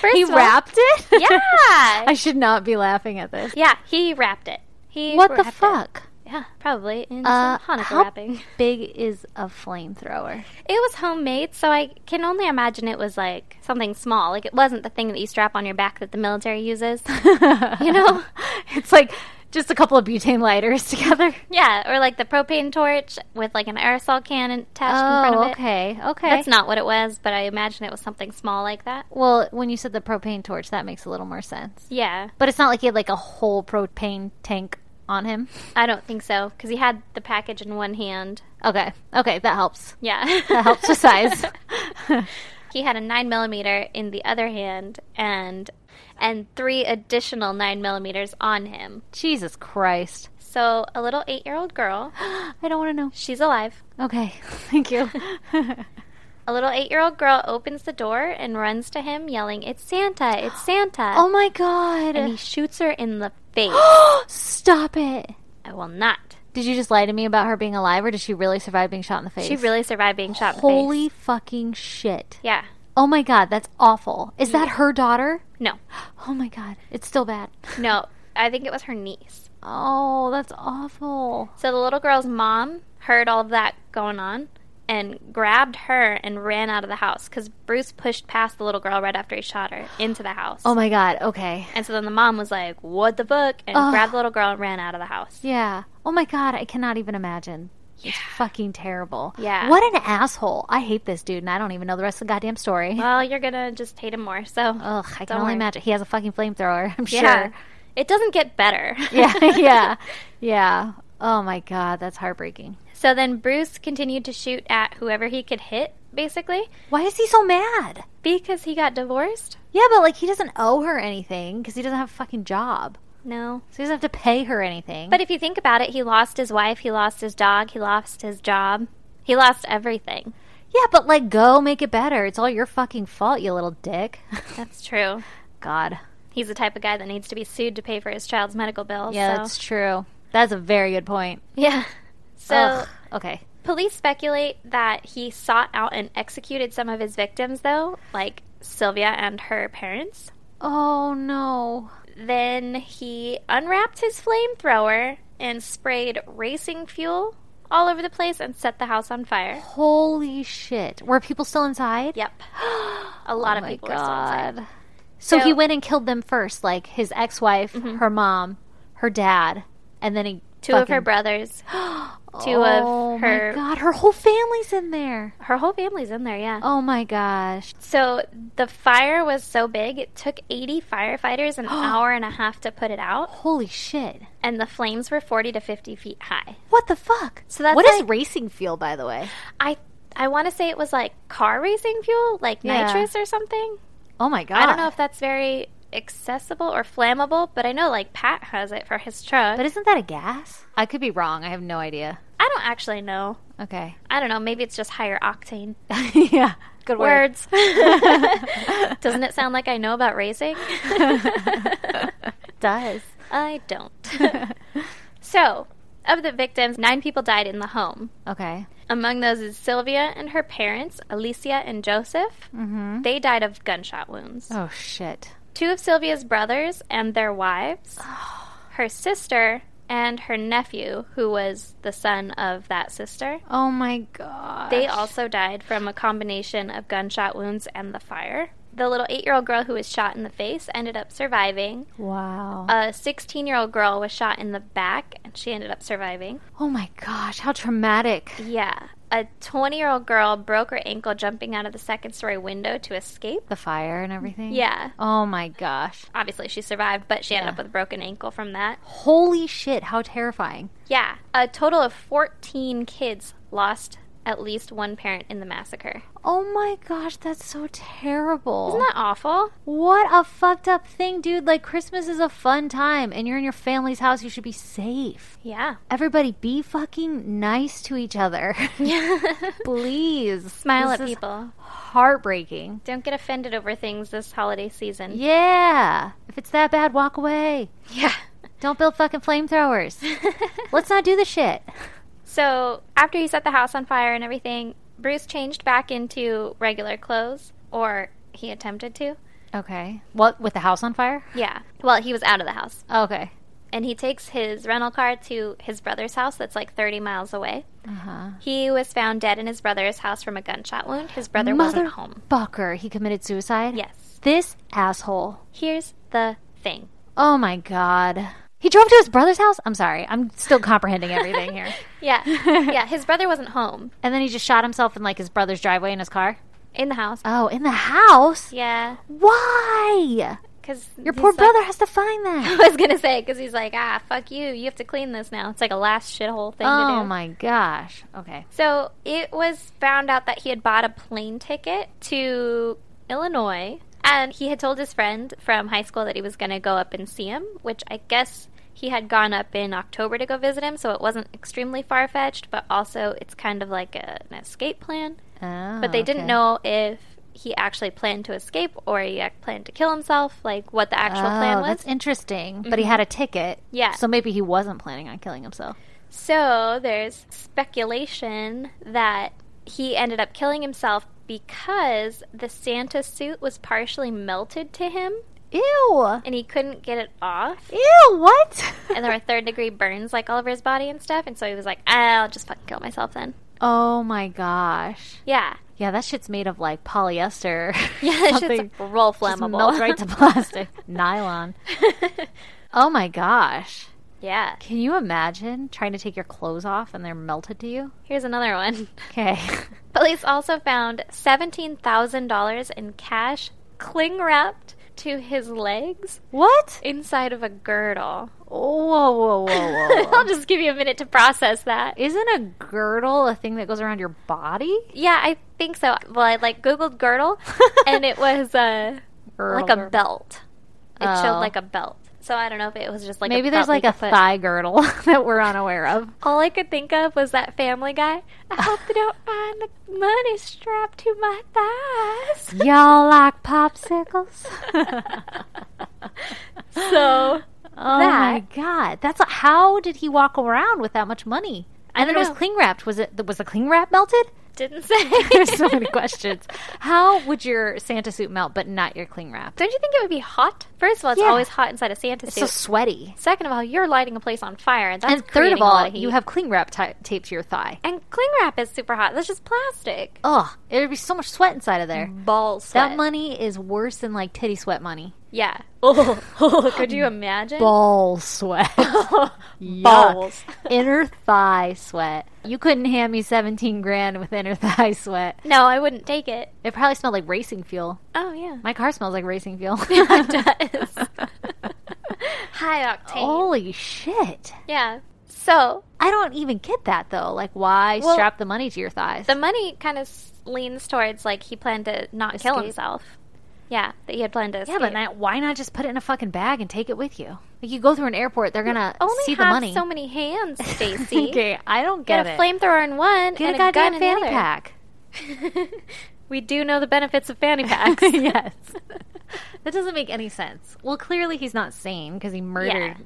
Speaker 2: First
Speaker 1: he
Speaker 2: of all-
Speaker 1: wrapped it?
Speaker 2: <laughs> Yeah.
Speaker 1: <laughs> I should not be laughing at this.
Speaker 2: yeah, he wrapped it. He
Speaker 1: What the
Speaker 2: wrapped it.
Speaker 1: fuck?
Speaker 2: Yeah, probably in
Speaker 1: Uh,
Speaker 2: some Hanukkah
Speaker 1: how-
Speaker 2: wrapping. <laughs>
Speaker 1: Big is a flamethrower.
Speaker 2: It was homemade, so I can only imagine it was like something
Speaker 1: <laughs>
Speaker 2: small. Like it wasn't the thing that you strap on your back that the military uses.
Speaker 1: you know? It's like Just a couple of butane lighters <laughs> together.
Speaker 2: <laughs> Yeah, or like the propane torch with like an aerosol can attached in front of
Speaker 1: Oh,
Speaker 2: it.
Speaker 1: okay, okay.
Speaker 2: That's not what it was, but I imagine it was something small like that.
Speaker 1: Well, when you said the propane torch, that makes a little more sense.
Speaker 2: Yeah,
Speaker 1: But it's not like he had like a whole propane tank on him.
Speaker 2: I don't think so because he had the package in one hand.
Speaker 1: Okay, okay, that helps.
Speaker 2: Yeah,
Speaker 1: That helps with <laughs>
Speaker 2: <laughs>
Speaker 1: size.
Speaker 2: he had a nine millimeter in the other hand and and three additional nine millimeters on him.
Speaker 1: Jesus Christ.
Speaker 2: So a little eight year old girl,
Speaker 1: I don't want to know.
Speaker 2: she's alive.
Speaker 1: Okay, <laughs> thank you.
Speaker 2: A little eight year old girl opens the door and runs to him, yelling, It's Santa! It's Santa!
Speaker 1: <gasps> oh my god. <gasps>
Speaker 2: and he shoots her in the face.
Speaker 1: Stop it.
Speaker 2: I will not.
Speaker 1: Did you just lie to me about her being alive or did she really survive being shot in the face?
Speaker 2: She really survived being shot in the face.
Speaker 1: Holy fucking shit.
Speaker 2: Yeah.
Speaker 1: Oh my god, that's awful. Is that her daughter?
Speaker 2: No.
Speaker 1: Oh my god, it's still bad.
Speaker 2: No. I think it was her niece.
Speaker 1: Oh, that's awful.
Speaker 2: So the little girl's mom heard all that going on and grabbed her and ran out of the house because Bruce pushed past the little girl right after he shot her into the house.
Speaker 1: Oh my god, okay.
Speaker 2: And so then the mom was like, What the fuck? And
Speaker 1: Ugh.
Speaker 2: grabbed the little girl and ran out of the house.
Speaker 1: Yeah. Oh my god, I cannot even imagine. It's fucking terrible.
Speaker 2: Yeah.
Speaker 1: What an asshole. I hate this dude and I don't even know the rest of the goddamn story.
Speaker 2: Well, you're going to just hate him more. So,
Speaker 1: Ugh, I can
Speaker 2: don't
Speaker 1: only
Speaker 2: worry.
Speaker 1: imagine. He has a fucking flamethrower, I'm
Speaker 2: yeah.
Speaker 1: Oh, sure.
Speaker 2: It doesn't get better.
Speaker 1: <laughs> Yeah, yeah, yeah. Oh my god, that's heartbreaking.
Speaker 2: <laughs> So then Bruce continued to shoot at whoever he could hit, basically,
Speaker 1: Why is he so mad?
Speaker 2: because he got divorced.
Speaker 1: Yeah, but like he doesn't owe her anything because he doesn't have a fucking job,
Speaker 2: No.
Speaker 1: so he doesn't have to pay her anything.
Speaker 2: But if you think about it, he lost his wife, he lost his dog, he lost his job, he lost everything.
Speaker 1: yeah, but like go make it better. It's all your fucking fault, you little dick. <laughs>
Speaker 2: That's true.
Speaker 1: God,
Speaker 2: He's the type of guy that needs to be sued to pay for his child's medical bills.
Speaker 1: yeah,
Speaker 2: so-
Speaker 1: that's true. That's a very good point.
Speaker 2: yeah. So
Speaker 1: Ugh. Okay,
Speaker 2: police speculate that he sought out and executed some of his victims, though, like Sylvia and her parents.
Speaker 1: oh no,
Speaker 2: Then he unwrapped his flamethrower and sprayed racing fuel all over the place and set the house on fire.
Speaker 1: <gasps> holy shit! Were people still inside?
Speaker 2: Yep. A lot
Speaker 1: oh
Speaker 2: of
Speaker 1: my
Speaker 2: people were still
Speaker 1: god.
Speaker 2: inside.
Speaker 1: So,
Speaker 2: So- Mm-hmm.
Speaker 1: he went and killed them first, like his ex-wife, her mom, her dad, and then he
Speaker 2: Two of her
Speaker 1: fucking-
Speaker 2: brothers, <gasps> two
Speaker 1: Oh
Speaker 2: of
Speaker 1: my
Speaker 2: her
Speaker 1: god, her whole family's in there.
Speaker 2: her whole family's in there, yeah.
Speaker 1: Oh my gosh.
Speaker 2: So the fire was so big, it took 80 firefighters
Speaker 1: <gasps>
Speaker 2: an hour and a half to put it out,
Speaker 1: Holy shit.
Speaker 2: and the flames were 40 to 50 feet high.
Speaker 1: What the fuck?
Speaker 2: So that's
Speaker 1: what does
Speaker 2: like-
Speaker 1: racing feel, by the way?
Speaker 2: I I want to say it was like car racing fuel, like
Speaker 1: Yeah.
Speaker 2: nitrous or something.
Speaker 1: Oh my god.
Speaker 2: I don't know if that's very accessible or flammable, but I know like Pat has it for his truck.
Speaker 1: But isn't that a gas? I could be wrong. I have no idea.
Speaker 2: I don't actually know.
Speaker 1: Okay.
Speaker 2: I don't know. Maybe it's just higher octane.
Speaker 1: <laughs> yeah. Good word.
Speaker 2: Words.
Speaker 1: <laughs>
Speaker 2: <laughs> Doesn't it sound like I know about racing? <laughs>
Speaker 1: <laughs> Does.
Speaker 2: I don't. so, of the victims, nine people died in the home.
Speaker 1: Okay.
Speaker 2: Among those is Sylvia and her parents, Alicia and Joseph. Mm-hmm. They died of gunshot wounds.
Speaker 1: Oh shit.
Speaker 2: Two of Sylvia's brothers and their wives, her sister, and her nephew, who was the son of that sister.
Speaker 1: Oh my god.
Speaker 2: They also died from a combination of gunshot wounds and the fire. The little eight year old girl who was shot in the face ended up surviving.
Speaker 1: Wow.
Speaker 2: A 16 year old girl was shot in the back and she ended up surviving.
Speaker 1: oh my gosh. How traumatic.
Speaker 2: Yeah. A 20 year old girl broke her ankle jumping out of the second story window to escape.
Speaker 1: The fire and everything.
Speaker 2: Yeah.
Speaker 1: Oh my gosh.
Speaker 2: Obviously, she survived, but she ended
Speaker 1: Yeah.
Speaker 2: up with a broken ankle from that.
Speaker 1: Holy shit. How terrifying.
Speaker 2: Yeah. A total of 14 kids lost at least one parent in the massacre.
Speaker 1: Oh my gosh. That's so terrible.
Speaker 2: Isn't that awful?
Speaker 1: What a fucked up thing, dude. Like, Christmas is a fun time, and you're in your family's house. You should be safe. <laughs>
Speaker 2: Yeah. <laughs>
Speaker 1: Everybody, be fucking nice to each <laughs> other. Please.
Speaker 2: Smile
Speaker 1: This
Speaker 2: at
Speaker 1: is
Speaker 2: people.
Speaker 1: Heartbreaking.
Speaker 2: Don't get offended over things this holiday season.
Speaker 1: Yeah. If it's that bad, walk away.
Speaker 2: <laughs>
Speaker 1: <laughs>
Speaker 2: Yeah.
Speaker 1: Don't build fucking flamethrowers. Let's not do the shit.
Speaker 2: So after he set the house on fire and everything, Bruce changed back into regular clothes, or he attempted to.
Speaker 1: Okay. What, with the house on fire?
Speaker 2: Yeah. Well, he was out of the house.
Speaker 1: Okay.
Speaker 2: And he takes his rental car to his brother's house that's like 30 miles away.
Speaker 1: Uh huh.
Speaker 2: He was found dead in his brother's house from a gunshot wound. His brother wasn't home.
Speaker 1: Motherfucker. He committed suicide?
Speaker 2: Yes.
Speaker 1: This asshole.
Speaker 2: Here's the thing
Speaker 1: Oh my god. He drove to his brother's house? I'm sorry. I'm still comprehending everything <laughs> here.
Speaker 2: Yeah. yeah. His brother wasn't home
Speaker 1: And then he just shot himself in like his brother's driveway in his car.
Speaker 2: in the house.
Speaker 1: Oh, in the house?
Speaker 2: Yeah.
Speaker 1: Why?
Speaker 2: Because
Speaker 1: Your poor brother has to find
Speaker 2: <gasps>
Speaker 1: that. <gasps>
Speaker 2: <laughs> I was gonna say because he's like, ah, fuck you. You have to clean this now. It's like a last shithole thing to do.
Speaker 1: Oh my gosh. Okay.
Speaker 2: So it was found out that he had bought a plane ticket to Illinois, and he had told his friend from high school that he was going to go up and see him, which I guess he had gone up in October to go visit him, so it wasn't extremely far fetched, but also it's kind of like a, an escape plan.
Speaker 1: Oh,
Speaker 2: But they didn't
Speaker 1: okay.
Speaker 2: know if he actually planned to escape or he ac- planned to kill himself, like what the actual
Speaker 1: Oh,
Speaker 2: plan was. Mm-hmm.
Speaker 1: that's interesting. But he had a ticket.
Speaker 2: Yeah.
Speaker 1: So maybe he wasn't planning on killing himself.
Speaker 2: So there's speculation that he ended up killing himself because the Santa suit was partially melted to him
Speaker 1: Ew.
Speaker 2: and he couldn't get it off.
Speaker 1: Ew, what?
Speaker 2: And there were third degree burns like all over his body and stuff. And so he was like, I'll just fucking kill myself then.
Speaker 1: <laughs> oh my gosh.
Speaker 2: Yeah. <laughs>
Speaker 1: Yeah, that shit's made of like polyester. <laughs>
Speaker 2: Yeah, it's
Speaker 1: Something.
Speaker 2: just real
Speaker 1: Just
Speaker 2: flammable.
Speaker 1: melts right
Speaker 2: <laughs>
Speaker 1: to plastic. Nylon. Oh my gosh.
Speaker 2: yeah.
Speaker 1: Can you imagine trying to take your clothes off and they're melted to you?
Speaker 2: Here's another one. <laughs>
Speaker 1: Okay. <laughs>
Speaker 2: Police also found $17,000 in cash cling wrapped to his legs
Speaker 1: What?
Speaker 2: inside of a girdle.
Speaker 1: Whoa, whoa, whoa, whoa. whoa.
Speaker 2: <laughs> I'll just give you a minute to process that.
Speaker 1: Isn't a girdle a thing that goes around your body?
Speaker 2: Yeah, I think so. Well, I like Googled <laughs> girdle, <laughs> and it
Speaker 1: <laughs>
Speaker 2: was uh, like a belt. It
Speaker 1: Oh.
Speaker 2: showed like a belt. So I don't know if it was just like
Speaker 1: Maybe
Speaker 2: a
Speaker 1: there's like
Speaker 2: belt that
Speaker 1: a
Speaker 2: you could put-
Speaker 1: thigh girdle <laughs> that we're unaware of.
Speaker 2: All I could think of was that Family Guy. I hope they don't find the money strapped to my <laughs> thighs.
Speaker 1: Y'all like popsicles?
Speaker 2: So
Speaker 1: <laughs> Oh my god, that's a, how did he walk around with that much money? And then it
Speaker 2: don't
Speaker 1: was
Speaker 2: know.
Speaker 1: cling wrapped. Was it was the cling wrap melted? <laughs>
Speaker 2: didn't say. <laughs>
Speaker 1: There's so many questions. How would your Santa suit melt, but not your cling wrap?
Speaker 2: Don't you think it would be hot? First of all, it's
Speaker 1: Yeah.
Speaker 2: always hot inside a Santa
Speaker 1: It's so
Speaker 2: suit.
Speaker 1: sweaty.
Speaker 2: Second of all, you're lighting a place on fire, and that's
Speaker 1: and third of
Speaker 2: creating a lot
Speaker 1: all,
Speaker 2: heat.
Speaker 1: you have cling wrap ti taped to your thigh.
Speaker 2: and cling wrap is super hot. That's just plastic.
Speaker 1: Ugh, there'd be so much sweat inside of there.
Speaker 2: Ball sweat.
Speaker 1: That money is worse than like titty sweat money.
Speaker 2: Yeah. <laughs> Oh, <laughs> could you imagine?
Speaker 1: Ball <laughs> sweat.
Speaker 2: <laughs> Balls.
Speaker 1: inner thigh sweat. You couldn't hand me 17 grand with inner <laughs> thigh sweat.
Speaker 2: <laughs> No, I wouldn't take it.
Speaker 1: It probably smelled like racing fuel.
Speaker 2: Oh yeah, <laughs>
Speaker 1: My car smells like racing fuel. <laughs>
Speaker 2: high octane.
Speaker 1: Holy shit.
Speaker 2: Yeah. So
Speaker 1: I don't even get that though. Like, why
Speaker 2: Well,
Speaker 1: strap the money to your thighs?
Speaker 2: the money kind of leans towards like he planned to not kill
Speaker 1: Escape.
Speaker 2: himself. Yeah, that he had planned to.
Speaker 1: yeah, but not, why not just put it in a fucking bag and take it with you? Like, you go through an airport, they're gonna
Speaker 2: only
Speaker 1: see
Speaker 2: have
Speaker 1: the money. <laughs>
Speaker 2: so many hands, Stacy.
Speaker 1: okay, I don't
Speaker 2: Get
Speaker 1: get
Speaker 2: a
Speaker 1: it.
Speaker 2: flamethrower in one
Speaker 1: get
Speaker 2: and
Speaker 1: a goddamn
Speaker 2: gun
Speaker 1: fanny
Speaker 2: in the other.
Speaker 1: pack.
Speaker 2: <laughs> we do know the benefits of fanny packs.
Speaker 1: <laughs>
Speaker 2: <laughs>
Speaker 1: yes. That doesn't make any sense. Well, clearly he's not sane because he murdered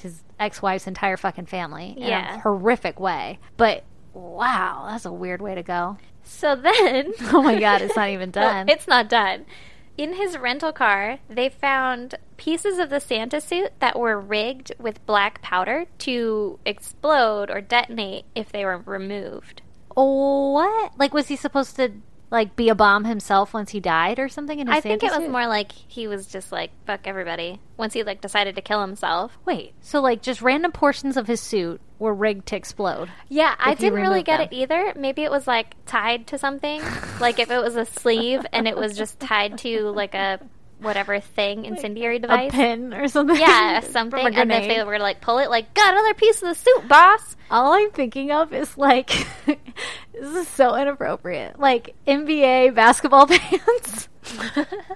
Speaker 1: his ex wife's entire fucking family in a
Speaker 2: Yeah.
Speaker 1: horrific way. But wow, that's a weird way to go.
Speaker 2: <laughs> So then,
Speaker 1: <laughs> Oh my God, it's
Speaker 2: <laughs>
Speaker 1: not even
Speaker 2: No,
Speaker 1: done.
Speaker 2: it's not done. In his rental car, they found pieces of the Santa suit that were rigged with black powder to explode or detonate if they were removed.
Speaker 1: Oh, what? Like, was he supposed to like be a bomb himself once he died or something? In his
Speaker 2: I think it
Speaker 1: Santa
Speaker 2: was
Speaker 1: suit?
Speaker 2: more like he was just like fuck everybody once he like decided to kill himself.
Speaker 1: Wait, so like just random portions of his suit were rigged to explode.
Speaker 2: Yeah, I
Speaker 1: If you
Speaker 2: didn't really
Speaker 1: remove
Speaker 2: get
Speaker 1: them.
Speaker 2: it either. Maybe it was like tied to something, like if it was a sleeve and it was just tied to like a whatever thing incendiary device.
Speaker 1: A pin or something.
Speaker 2: <laughs>
Speaker 1: <laughs>
Speaker 2: Yeah,
Speaker 1: From a
Speaker 2: something. And if
Speaker 1: grenade.
Speaker 2: they were to, like pull it, like got another piece of the suit,
Speaker 1: <laughs>
Speaker 2: boss.
Speaker 1: All I'm thinking of is like, <laughs> this is so inappropriate. Like NBA basketball <laughs> pants.
Speaker 2: <laughs> Like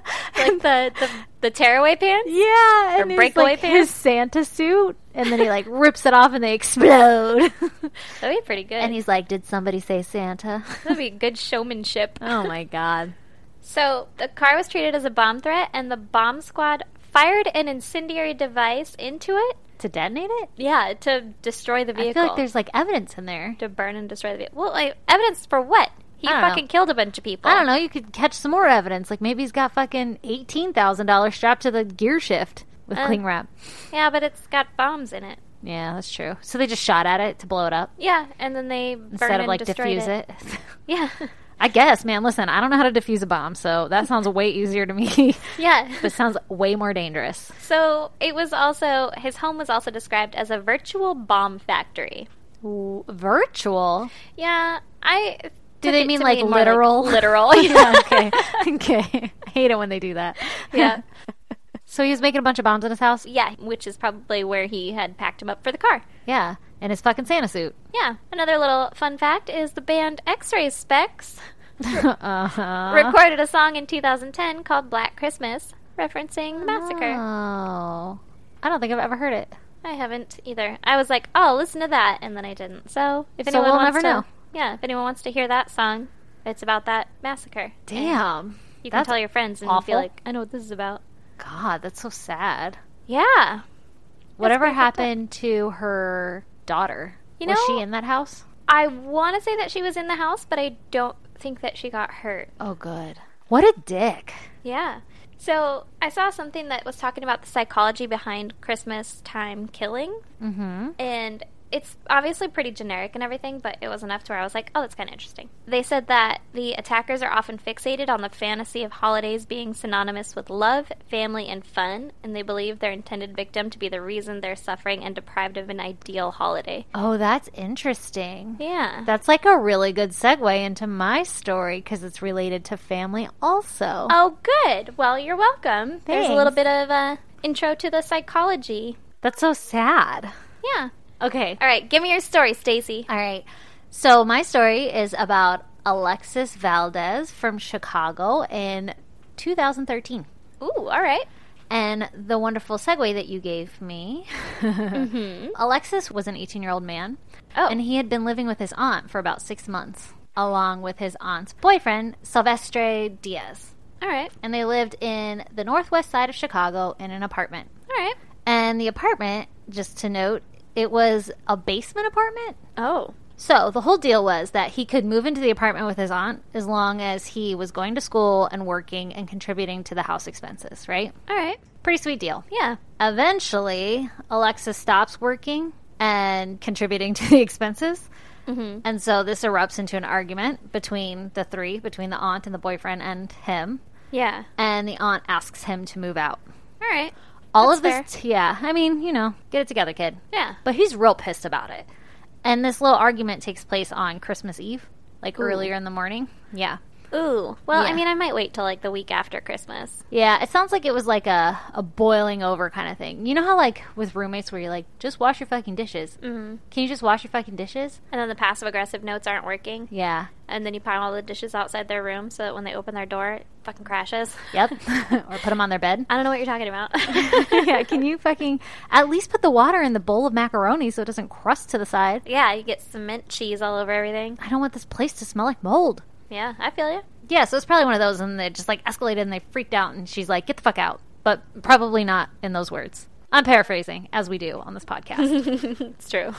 Speaker 2: the the, the tearaway pants.
Speaker 1: yeah, and his,
Speaker 2: breakaway
Speaker 1: like, his
Speaker 2: pants?
Speaker 1: Santa suit, and then he like rips it off and they explode.
Speaker 2: <laughs> That'd be pretty good.
Speaker 1: <laughs> and he's like, "Did somebody say Santa?" <laughs>
Speaker 2: That'd be good showmanship.
Speaker 1: oh my god!
Speaker 2: <laughs> So the car was treated as a bomb threat, and the bomb squad fired an incendiary device into it.
Speaker 1: To detonate it?
Speaker 2: Yeah, to destroy the vehicle.
Speaker 1: I feel like there's like evidence in there.
Speaker 2: to burn and destroy the vehicle. Well, like, evidence for what? He
Speaker 1: I don't
Speaker 2: fucking
Speaker 1: know.
Speaker 2: killed a bunch of people.
Speaker 1: I don't know. You could catch some more evidence. Like maybe he's got fucking eighteen thousand dollars strapped to the gear shift with
Speaker 2: Uh.
Speaker 1: cling wrap.
Speaker 2: Yeah, but it's got bombs in it.
Speaker 1: Yeah, that's true. So they just shot at it to blow it up
Speaker 2: Yeah, and then they burn
Speaker 1: instead of
Speaker 2: and
Speaker 1: like
Speaker 2: destroyed
Speaker 1: diffuse it. <laughs>
Speaker 2: Yeah. <laughs>
Speaker 1: I guess, man. Listen, I don't know how to defuse a bomb, so that sounds way easier to me. <laughs>
Speaker 2: Yeah.
Speaker 1: but sounds way more dangerous.
Speaker 2: <laughs> So it was also his home was also described as a virtual bomb factory.
Speaker 1: W- Virtual?
Speaker 2: Yeah, I.
Speaker 1: Do
Speaker 2: took
Speaker 1: they
Speaker 2: it
Speaker 1: mean
Speaker 2: to
Speaker 1: like
Speaker 2: mean more
Speaker 1: literal? <laughs>
Speaker 2: <laughs> literal.
Speaker 1: yeah. Okay. Okay. I hate it when they do that.
Speaker 2: Yeah.
Speaker 1: <laughs> So he was making a bunch of bombs in his house.
Speaker 2: <laughs> yeah, which is probably where he had packed him up for the car.
Speaker 1: Yeah, in his fucking Santa
Speaker 2: <laughs>
Speaker 1: suit. <laughs>
Speaker 2: Yeah. Another little fun fact is the band X-Ray Specs
Speaker 1: uh-huh.
Speaker 2: recorded a song in 2010 called Black Christmas, referencing the massacre.
Speaker 1: Oh, I don't think I've ever heard it.
Speaker 2: I haven't either. I was like, "Oh, listen to that," and then I didn't. So if
Speaker 1: So
Speaker 2: anyone
Speaker 1: we'll never
Speaker 2: wants to,
Speaker 1: know.
Speaker 2: yeah, if anyone wants to hear that song, it's about that massacre. And
Speaker 1: Damn.
Speaker 2: you can
Speaker 1: that's
Speaker 2: tell your friends and
Speaker 1: awful.
Speaker 2: be like, "I know what this is about."
Speaker 1: God, that's so sad.
Speaker 2: Yeah,
Speaker 1: Whatever
Speaker 2: pretty fucked up.
Speaker 1: happened to her daughter?
Speaker 2: You
Speaker 1: was
Speaker 2: know-
Speaker 1: she in that house?
Speaker 2: I want to say that she was in the house, but I don't think that she got hurt.
Speaker 1: Oh, good. What a dick.
Speaker 2: Yeah. So I saw something that was talking about the psychology behind Christmas time killing,
Speaker 1: Mm-hmm.
Speaker 2: and it's obviously pretty generic and everything, but it was enough to where I was like, oh, that's kind of interesting. They said that the attackers are often fixated on the fantasy of holidays being synonymous with love, family, and fun, and they believe their intended victim to be the reason they're suffering and deprived of an ideal holiday.
Speaker 1: Oh, that's interesting.
Speaker 2: Yeah.
Speaker 1: That's like a really good segue into my story because it's related to family also.
Speaker 2: oh, good. Well, you're welcome. There's a little
Speaker 1: Thanks.
Speaker 2: bit of a intro to the psychology.
Speaker 1: That's so sad.
Speaker 2: Yeah.
Speaker 1: Okay.
Speaker 2: All right, give me your story, Stacy.
Speaker 1: All right. So my story is about Alexis Valdez from Chicago in 2013.
Speaker 2: Ooh, all right.
Speaker 1: And the wonderful segue that you gave me, <laughs>
Speaker 2: Mm-hmm.
Speaker 1: Alexis was an 18 year old man,
Speaker 2: Oh,
Speaker 1: and he had been living with his aunt for about six months, along with his aunt's boyfriend, Silvestre Diaz.
Speaker 2: all right,
Speaker 1: And they lived in the northwest side of Chicago in an apartment.
Speaker 2: all right.
Speaker 1: And the apartment, just to note, it was a basement apartment.
Speaker 2: Oh,
Speaker 1: So the whole deal was that he could move into the apartment with his aunt as long as he was going to school and working and contributing to the house expenses, right?
Speaker 2: all right.
Speaker 1: Pretty sweet deal.
Speaker 2: Yeah.
Speaker 1: Eventually, Alexis stops working and contributing to the expenses.
Speaker 2: Mm-hmm.
Speaker 1: And so this erupts into an argument between the three, between the aunt and the boyfriend and him.
Speaker 2: Yeah.
Speaker 1: And the aunt asks him to move out.
Speaker 2: All right.
Speaker 1: All
Speaker 2: That's
Speaker 1: of this, yeah. I mean, you know, get it together, kid.
Speaker 2: Yeah.
Speaker 1: But he's real pissed about it. And this little argument takes place on Christmas Eve, like
Speaker 2: Ooh.
Speaker 1: earlier in the morning. Yeah.
Speaker 2: Ooh. Well, I
Speaker 1: Yeah.
Speaker 2: mean, I might wait till like the week after Christmas.
Speaker 1: Yeah, it sounds like it was like a, a boiling over kind of thing. You know how, like, with roommates where you're like, just wash your fucking dishes? Mm. Can you just wash your fucking dishes?
Speaker 2: And then the passive aggressive notes aren't working.
Speaker 1: Yeah.
Speaker 2: And then you pile all the dishes outside their room so that when they open their door, it fucking crashes.
Speaker 1: <laughs> Yep. or put them on their bed.
Speaker 2: <laughs> I don't know what you're talking <laughs> about.
Speaker 1: <laughs> yeah, can you fucking at least put the water in the bowl of macaroni so it doesn't crust to the side?
Speaker 2: <laughs> Yeah, you get cement cheese all over everything.
Speaker 1: I don't want this place to smell like mold.
Speaker 2: Yeah, I feel you.
Speaker 1: Yeah, so it's probably one of those, and they just like escalated and they freaked out, and she's like, get the fuck out. But probably not in those words. I'm paraphrasing, as we do on this podcast.
Speaker 2: <laughs> It's true.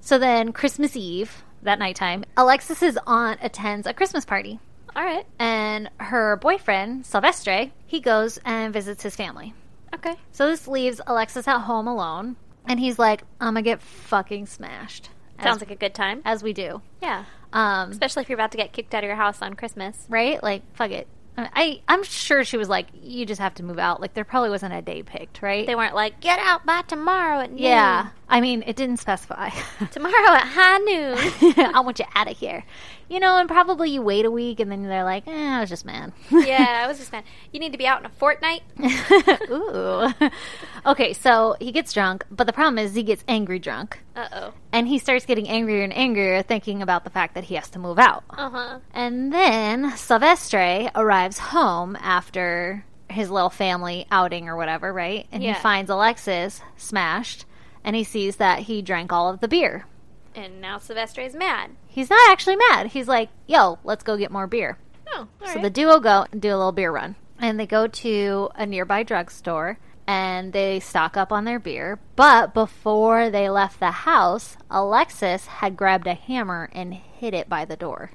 Speaker 1: so then, Christmas Eve, that nighttime, Alexis's aunt attends a Christmas party,
Speaker 2: All right.
Speaker 1: and her boyfriend, Silvestre, he goes and visits his family.
Speaker 2: Okay.
Speaker 1: So this leaves Alexis at home alone, and he's like, I'm gonna get fucking smashed. As-
Speaker 2: Sounds like a good time.
Speaker 1: as we do.
Speaker 2: Yeah.
Speaker 1: Um,
Speaker 2: Especially if you're about to get kicked out of your house on Christmas.
Speaker 1: right? Like, fuck it. I, I'm sure she was like, you just have to move out. Like, there probably wasn't a day picked, right?
Speaker 2: They weren't like, get out by tomorrow at noon.
Speaker 1: yeah. I mean, it didn't specify. <laughs>
Speaker 2: Tomorrow at high noon. <laughs>
Speaker 1: I want you out of here. You know, and probably you wait a week and then they're like, eh, I was just mad.
Speaker 2: yeah, I was just mad. You need to be out in a <laughs> fortnight.
Speaker 1: <laughs> Ooh. <laughs> okay, so he gets drunk, but the problem is he gets angry drunk.
Speaker 2: Uh oh.
Speaker 1: And he starts getting angrier and angrier, thinking about the fact that he has to move out.
Speaker 2: Uh huh.
Speaker 1: And then Silvestre arrives home after his little family outing or whatever, right? And
Speaker 2: Yeah.
Speaker 1: he finds Alexis smashed and he sees that he drank all of the beer.
Speaker 2: And now Sylvester is mad.
Speaker 1: He's not actually mad. He's like, yo, let's go get more beer.
Speaker 2: Oh, all
Speaker 1: So the duo go and do a little beer run. And they go to a nearby drugstore and they stock up on their beer. But before they left the house, Alexis had grabbed a hammer and hid it by the door.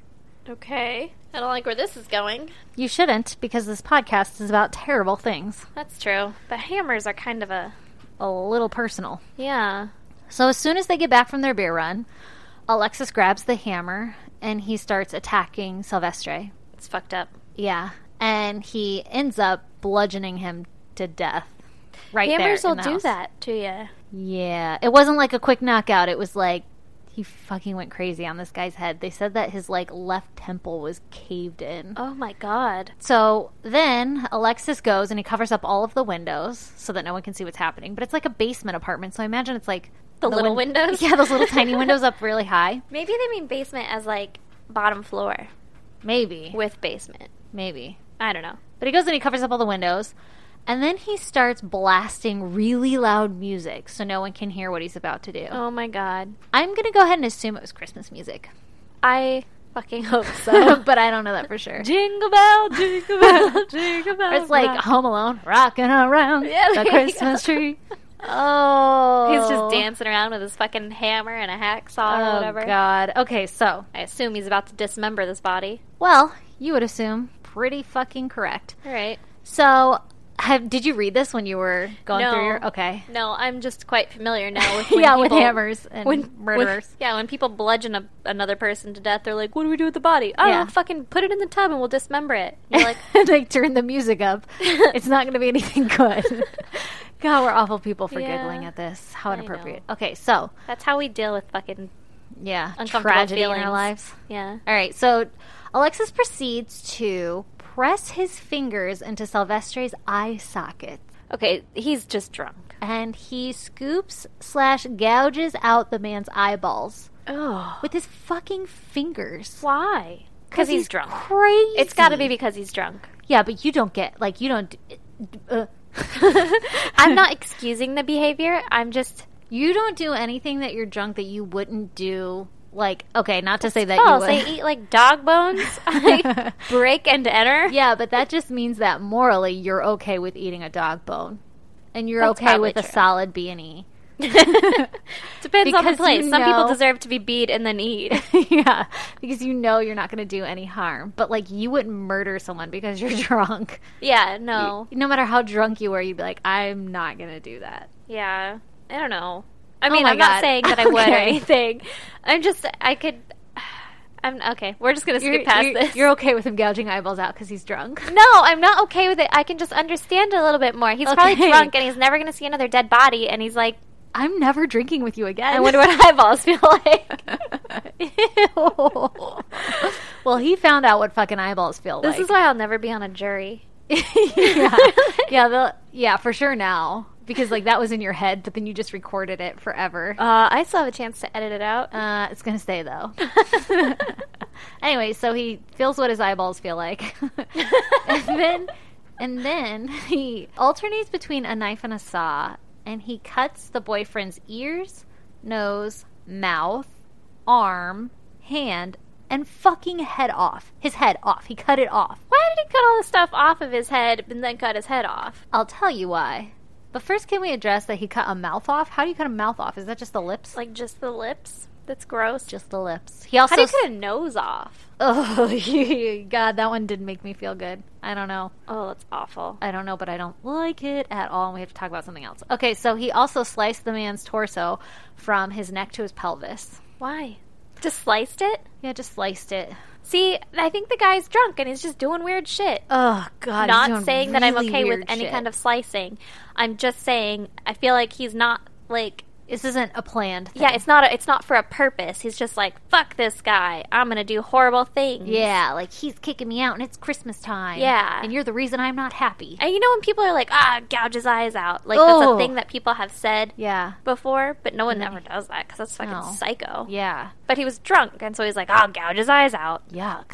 Speaker 2: okay. I don't like where this is going.
Speaker 1: You shouldn't, because this podcast is about terrible things.
Speaker 2: That's true. The hammers are kind of a
Speaker 1: A little personal.
Speaker 2: yeah.
Speaker 1: So, as soon as they get back from their beer run, Alexis grabs the hammer and he starts attacking Silvestre.
Speaker 2: It's fucked up.
Speaker 1: Yeah. And he ends up bludgeoning him to death. Right
Speaker 2: Hammers
Speaker 1: there.
Speaker 2: will
Speaker 1: in the
Speaker 2: do
Speaker 1: house.
Speaker 2: that to you.
Speaker 1: Yeah. It wasn't like a quick knockout. It was like he fucking went crazy on this guy's head. They said that his like left temple was caved in.
Speaker 2: Oh my god.
Speaker 1: So then Alexis goes and he covers up all of the windows so that no one can see what's happening. But it's like a basement apartment, so I imagine it's like
Speaker 2: The little
Speaker 1: win- <laughs>
Speaker 2: windows?
Speaker 1: Yeah, those little
Speaker 2: <laughs>
Speaker 1: tiny windows up really high.
Speaker 2: Maybe they mean basement as like bottom floor
Speaker 1: Maybe.
Speaker 2: with basement.
Speaker 1: Maybe.
Speaker 2: I don't know.
Speaker 1: But he goes and he covers up all the windows. And then he starts blasting really loud music so no one can hear what he's about to do.
Speaker 2: Oh my god.
Speaker 1: I'm going to go ahead and assume it was Christmas music.
Speaker 2: I fucking hope <laughs> so.
Speaker 1: but I don't know that for sure.
Speaker 2: jingle bell, jingle <laughs> bell, jingle bell.
Speaker 1: It's like Home Alone, rocking around
Speaker 2: Yeah, there
Speaker 1: the
Speaker 2: you
Speaker 1: Christmas
Speaker 2: go.
Speaker 1: tree. Oh.
Speaker 2: <laughs> he's just dancing around with his fucking hammer and a hacksaw or
Speaker 1: Oh,
Speaker 2: whatever.
Speaker 1: God. Okay, so,
Speaker 2: I assume he's about to dismember this body.
Speaker 1: well, you would assume pretty fucking correct.
Speaker 2: All right.
Speaker 1: So, have, did you read this when you were going
Speaker 2: No.
Speaker 1: through your. Okay.
Speaker 2: No, I'm just quite familiar
Speaker 1: <laughs>
Speaker 2: now with when
Speaker 1: Yeah, with
Speaker 2: people,
Speaker 1: hammers and
Speaker 2: when
Speaker 1: murderers.
Speaker 2: when- yeah, when people bludgeon a, another person to death, they're like, "What do we do with the body? Oh,
Speaker 1: Yeah.
Speaker 2: fucking put it in the tub and we'll dismember it." <laughs> You're like,
Speaker 1: <laughs> they turn the music
Speaker 2: <laughs>
Speaker 1: up. It's not going to be anything good. God, we're awful people for
Speaker 2: Yeah.
Speaker 1: giggling at this. How
Speaker 2: know.
Speaker 1: inappropriate. Okay, so
Speaker 2: "That's how we deal with fucking
Speaker 1: yeah,
Speaker 2: uncomfortable
Speaker 1: tragedy in our
Speaker 2: feelings.
Speaker 1: lives.
Speaker 2: yeah."
Speaker 1: All right, so Alexis proceeds to press his fingers into Silvestre's eye socket,
Speaker 2: Okay, he's just drunk.
Speaker 1: and he scoops slash gouges out the man's eyeballs
Speaker 2: Oh,
Speaker 1: with his fucking fingers.
Speaker 2: why? Because he's drunk.
Speaker 1: Crazy.
Speaker 2: It's got to be because he's drunk.
Speaker 1: yeah, but you don't get like you don't. Uh, <laughs>
Speaker 2: <laughs> I'm not excusing the behavior. I'm just
Speaker 1: You don't do anything that you're drunk that you wouldn't do. Like, okay, not to say that
Speaker 2: false. I
Speaker 1: you
Speaker 2: eat like dog
Speaker 1: <laughs>
Speaker 2: bones. I break and enter. <laughs>
Speaker 1: would. Yeah, but that just means that morally you're okay with eating a dog bone. And you're
Speaker 2: That's
Speaker 1: okay with
Speaker 2: probably
Speaker 1: a
Speaker 2: true.
Speaker 1: solid B and E. <laughs>
Speaker 2: Depends on
Speaker 1: Because
Speaker 2: the place.
Speaker 1: you
Speaker 2: Some people
Speaker 1: know-
Speaker 2: deserve to be beat and
Speaker 1: <laughs>
Speaker 2: then eat. <laughs>
Speaker 1: Yeah. Because you know you're not gonna do any harm. But like you wouldn't murder someone because you're <laughs> drunk.
Speaker 2: yeah, no.
Speaker 1: No matter how drunk you were, you'd be like, I'm not gonna do that.
Speaker 2: Yeah. I don't know. I mean,
Speaker 1: Oh my
Speaker 2: I'm
Speaker 1: God.
Speaker 2: not
Speaker 1: <laughs>
Speaker 2: saying that I would or
Speaker 1: Okay.
Speaker 2: anything. I'm just, I could. <sighs> I'm okay. We're just gonna skip
Speaker 1: You're,
Speaker 2: past
Speaker 1: you're-
Speaker 2: this.
Speaker 1: you're okay with him gouging eyeballs out because he's drunk.
Speaker 2: no, I'm not okay with it. I can just understand a little bit more. He's
Speaker 1: Okay.
Speaker 2: probably drunk and he's never gonna see another dead body. And he's like,
Speaker 1: <laughs> I'm never drinking with you again. <laughs>
Speaker 2: I wonder what <laughs> eyeballs feel like. <laughs>
Speaker 1: well, he found out what fucking eyeballs feel
Speaker 2: This
Speaker 1: like.
Speaker 2: is why I'll never be on a <laughs> jury.
Speaker 1: <laughs> yeah, yeah, the, yeah, for sure now because like that was in your head, but then you just recorded it forever.
Speaker 2: Uh, I still have a chance to edit it out. <laughs>
Speaker 1: Uh, it's gonna stay though. anyway, so he feels what his eyeballs feel like, and then and then he alternates between a knife and a saw, and he cuts the boyfriend's ears, nose, mouth, arm, hand, and fucking head off. His head off. He cut it off.
Speaker 2: Why did he cut all the stuff off of his head and then cut his head off?
Speaker 1: I'll tell you why. But first, can we address that he cut a mouth off? How do you cut a mouth off? Is that just the lips?
Speaker 2: Like just the lips? That's gross.
Speaker 1: just the lips. He also
Speaker 2: How do you cut a nose off?
Speaker 1: <laughs> Oh, <laughs> God, that one didn't make me feel good. I don't know.
Speaker 2: Oh, that's awful.
Speaker 1: I don't know, but I don't like it at all. And we have to talk about something else. Okay, so he also sliced the man's torso from his neck to his pelvis.
Speaker 2: Why? Just sliced it?
Speaker 1: Yeah, just sliced it.
Speaker 2: See, I think the guy's drunk and he's just doing weird shit.
Speaker 1: Oh, God. he's
Speaker 2: not
Speaker 1: doing
Speaker 2: saying that I'm
Speaker 1: really
Speaker 2: okay with
Speaker 1: weird
Speaker 2: any
Speaker 1: shit.
Speaker 2: kind of slicing. I'm just saying I feel like he's not like
Speaker 1: This isn't a planned thing.
Speaker 2: yeah, it's not a, it's not for a purpose. He's just like fuck this guy. I'm gonna do horrible things.
Speaker 1: Yeah, like he's kicking me out and it's Christmas time.
Speaker 2: Yeah.
Speaker 1: And you're the reason I'm not happy.
Speaker 2: And you know when people are like ah gouge his eyes out, like that's
Speaker 1: Oh.
Speaker 2: a thing that people have said
Speaker 1: yeah.
Speaker 2: before, but no one ever does that because that's fucking
Speaker 1: No.
Speaker 2: psycho.
Speaker 1: Yeah.
Speaker 2: But he was drunk, and so he's like, "I'll gouge his eyes out."
Speaker 1: Yuck.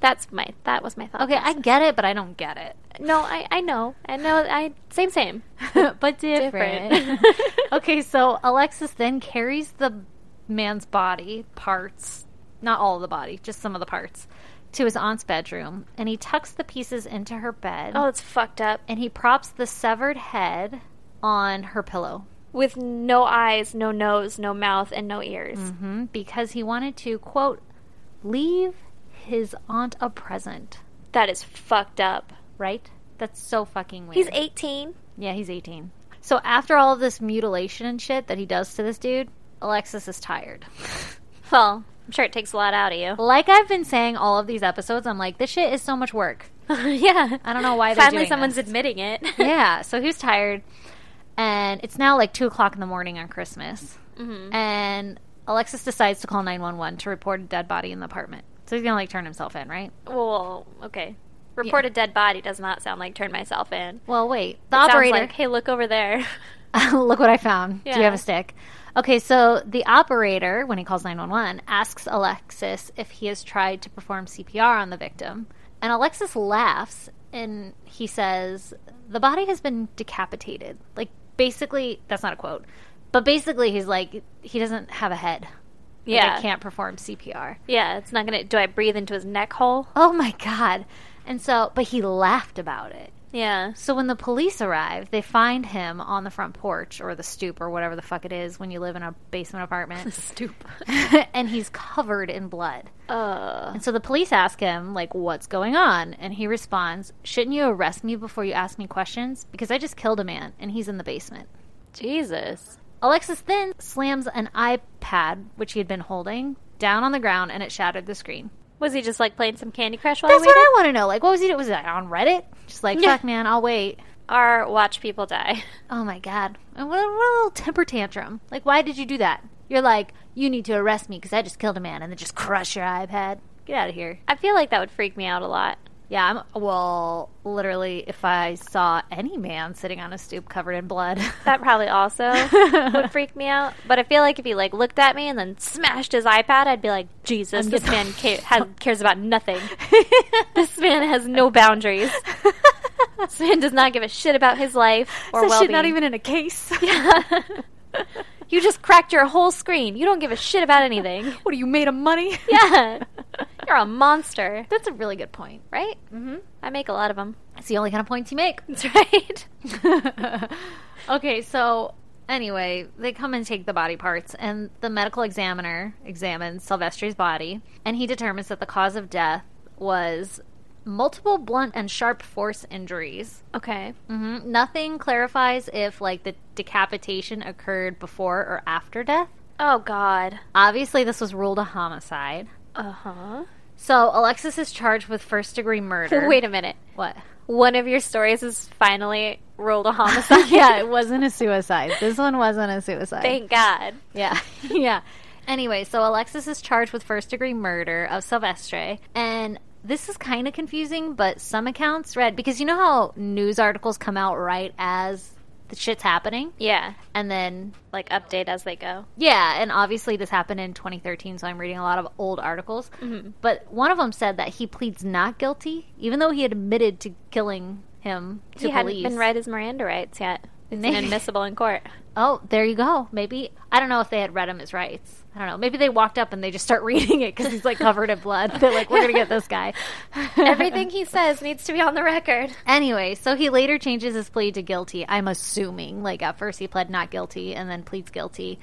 Speaker 2: That's my that was my thought.
Speaker 1: Okay, I get it, but I don't get it. <laughs>
Speaker 2: no, I I know, I know, I same same.
Speaker 1: but different.
Speaker 2: <laughs> Different. <laughs>
Speaker 1: okay, so Alexis then carries the man's body parts, not all of the body, just some of the parts, to his aunt's bedroom, and he tucks the pieces into her bed,
Speaker 2: Oh, it's fucked up.
Speaker 1: and he props the severed head on her pillow
Speaker 2: With no eyes, no nose, no mouth, and no ears.
Speaker 1: hmm because he wanted to quote leave his aunt a present,
Speaker 2: That is fucked up.
Speaker 1: right? That's so fucking weird.
Speaker 2: He's eighteen.
Speaker 1: Yeah, he's 18. So after all of <laughs> this mutilation and shit that he does to this dude, Alexis is tired.
Speaker 2: Well, I'm sure it takes a lot out of you.
Speaker 1: Like I've been saying all of these episodes, I'm like, this shit is so much work. <laughs>
Speaker 2: yeah.
Speaker 1: I don't know why they're
Speaker 2: Finally,
Speaker 1: doing
Speaker 2: someone's
Speaker 1: this.
Speaker 2: admitting <laughs> it.
Speaker 1: yeah. So he was tired, and it's now like two o'clock in the morning on Christmas, Mm-hmm. and Alexis decides to call nine one one to report a dead body in the apartment. So he's gonna like turn himself in, right?
Speaker 2: well, okay. Report a dead body does not sound like turn myself in.
Speaker 1: Well, wait. The
Speaker 2: Sounds
Speaker 1: operator.
Speaker 2: like, hey, look over <laughs> there.
Speaker 1: <laughs> Look what I found. Do you
Speaker 2: Yeah.
Speaker 1: have a stick? Okay, so the operator, when he calls 911, asks Alexis if he has tried to perform CPR on the victim. And Alexis laughs and he says, The body has been decapitated. Like, basically, that's not a quote, but basically, he's like, He doesn't have a head. Like,
Speaker 2: yeah.
Speaker 1: I can't perform CPR.
Speaker 2: Yeah, it's not gonna. Do I breathe into his neck hole?
Speaker 1: Oh my God. And so, but he laughed about it.
Speaker 2: <laughs> Yeah.
Speaker 1: So when the police arrive, they find him on the front porch or the stoop or whatever the fuck it is when you live in a basement <laughs> apartment.
Speaker 2: Stoop.
Speaker 1: and he's covered in blood.
Speaker 2: uh,
Speaker 1: And so the police ask him, like, what's going on? And he responds, shouldn't you arrest me before you ask me questions? Because I just killed a man and he's in the basement.
Speaker 2: Jesus.
Speaker 1: Alexis then slams an iPad, which he had been holding, down on the ground and it shattered the screen.
Speaker 2: Was he just like playing some Candy Crush while
Speaker 1: That's
Speaker 2: we
Speaker 1: what I want to know. Like, what was he doing? Was he like, on Reddit? Just like,
Speaker 2: Yeah.
Speaker 1: fuck, man, I'll wait.
Speaker 2: Or watch people die? <laughs>
Speaker 1: Oh my god! And what a, what a little temper tantrum! Like, why did you do that? You're like, you need to arrest me because I just killed a man, and then just crush your iPad. Get out of here!
Speaker 2: I feel like that would freak me out a lot.
Speaker 1: Yeah, I'm. Well, literally, if I saw any man sitting on a stoop covered in blood, <laughs>
Speaker 2: That probably also would freak me out. But I feel like if he like looked at me and then smashed his iPad, I'd be like, Jesus,
Speaker 1: I'm
Speaker 2: this
Speaker 1: getting-
Speaker 2: man ca- has, cares about nothing. this man has
Speaker 1: <laughs>
Speaker 2: no boundaries. <laughs> This man does not give a shit about his life or
Speaker 1: That
Speaker 2: well
Speaker 1: shit not even in a
Speaker 2: <laughs>
Speaker 1: case.
Speaker 2: you just cracked your whole screen. You don't give a shit
Speaker 1: <laughs>
Speaker 2: about anything.
Speaker 1: what are you made of money?
Speaker 2: yeah, you're a monster,
Speaker 1: <laughs> that's a really good point.
Speaker 2: right? Mm-hmm. I make a lot of them.
Speaker 1: That's the only kind of points you make.
Speaker 2: That's right.
Speaker 1: <laughs> okay, so anyway, they come and take the body parts, and the medical examiner examines Silvestri's body, and he determines that the cause of death was multiple blunt and sharp force injuries.
Speaker 2: Okay.
Speaker 1: Mhm. Nothing clarifies if, like, the decapitation occurred before or after death.
Speaker 2: Oh God.
Speaker 1: Obviously, this was ruled a homicide.
Speaker 2: Uh huh.
Speaker 1: So Alexis is charged with first degree murder.
Speaker 2: <laughs> Wait a minute.
Speaker 1: what? <laughs>
Speaker 2: One of your stories is finally rolled a
Speaker 1: <laughs>
Speaker 2: homicide.
Speaker 1: yeah, it wasn't a suicide. This one wasn't a suicide.
Speaker 2: Thank God.
Speaker 1: Yeah, <laughs> yeah. Anyway, so Alexis is charged with first degree murder of Silvestre, and this is kind of confusing, but some accounts read because you know how news articles come out right as the shit's happening,
Speaker 2: Yeah.
Speaker 1: and then
Speaker 2: Like update as they go.
Speaker 1: yeah, and obviously this happened in 2013, so I'm reading a lot of old articles.
Speaker 2: Mm-hmm.
Speaker 1: But one of them said that he pleads not guilty, even though he had admitted to killing him to
Speaker 2: he
Speaker 1: police.
Speaker 2: hadn't been read his Miranda rights yet.
Speaker 1: <laughs>
Speaker 2: It's
Speaker 1: Maybe.
Speaker 2: inadmissible in court.
Speaker 1: Oh, there you go. Maybe I don't know if they had read him his rights. I don't know. Maybe they walked up and they just start <laughs> reading it because he's like covered in blood. <laughs> They're like, "We're gonna get this
Speaker 2: <laughs>
Speaker 1: guy."
Speaker 2: Everything he says needs to be on the record.
Speaker 1: Anyway, so he later changes his plea to guilty. I'm assuming, like at first he pled not guilty and then pleads guilty,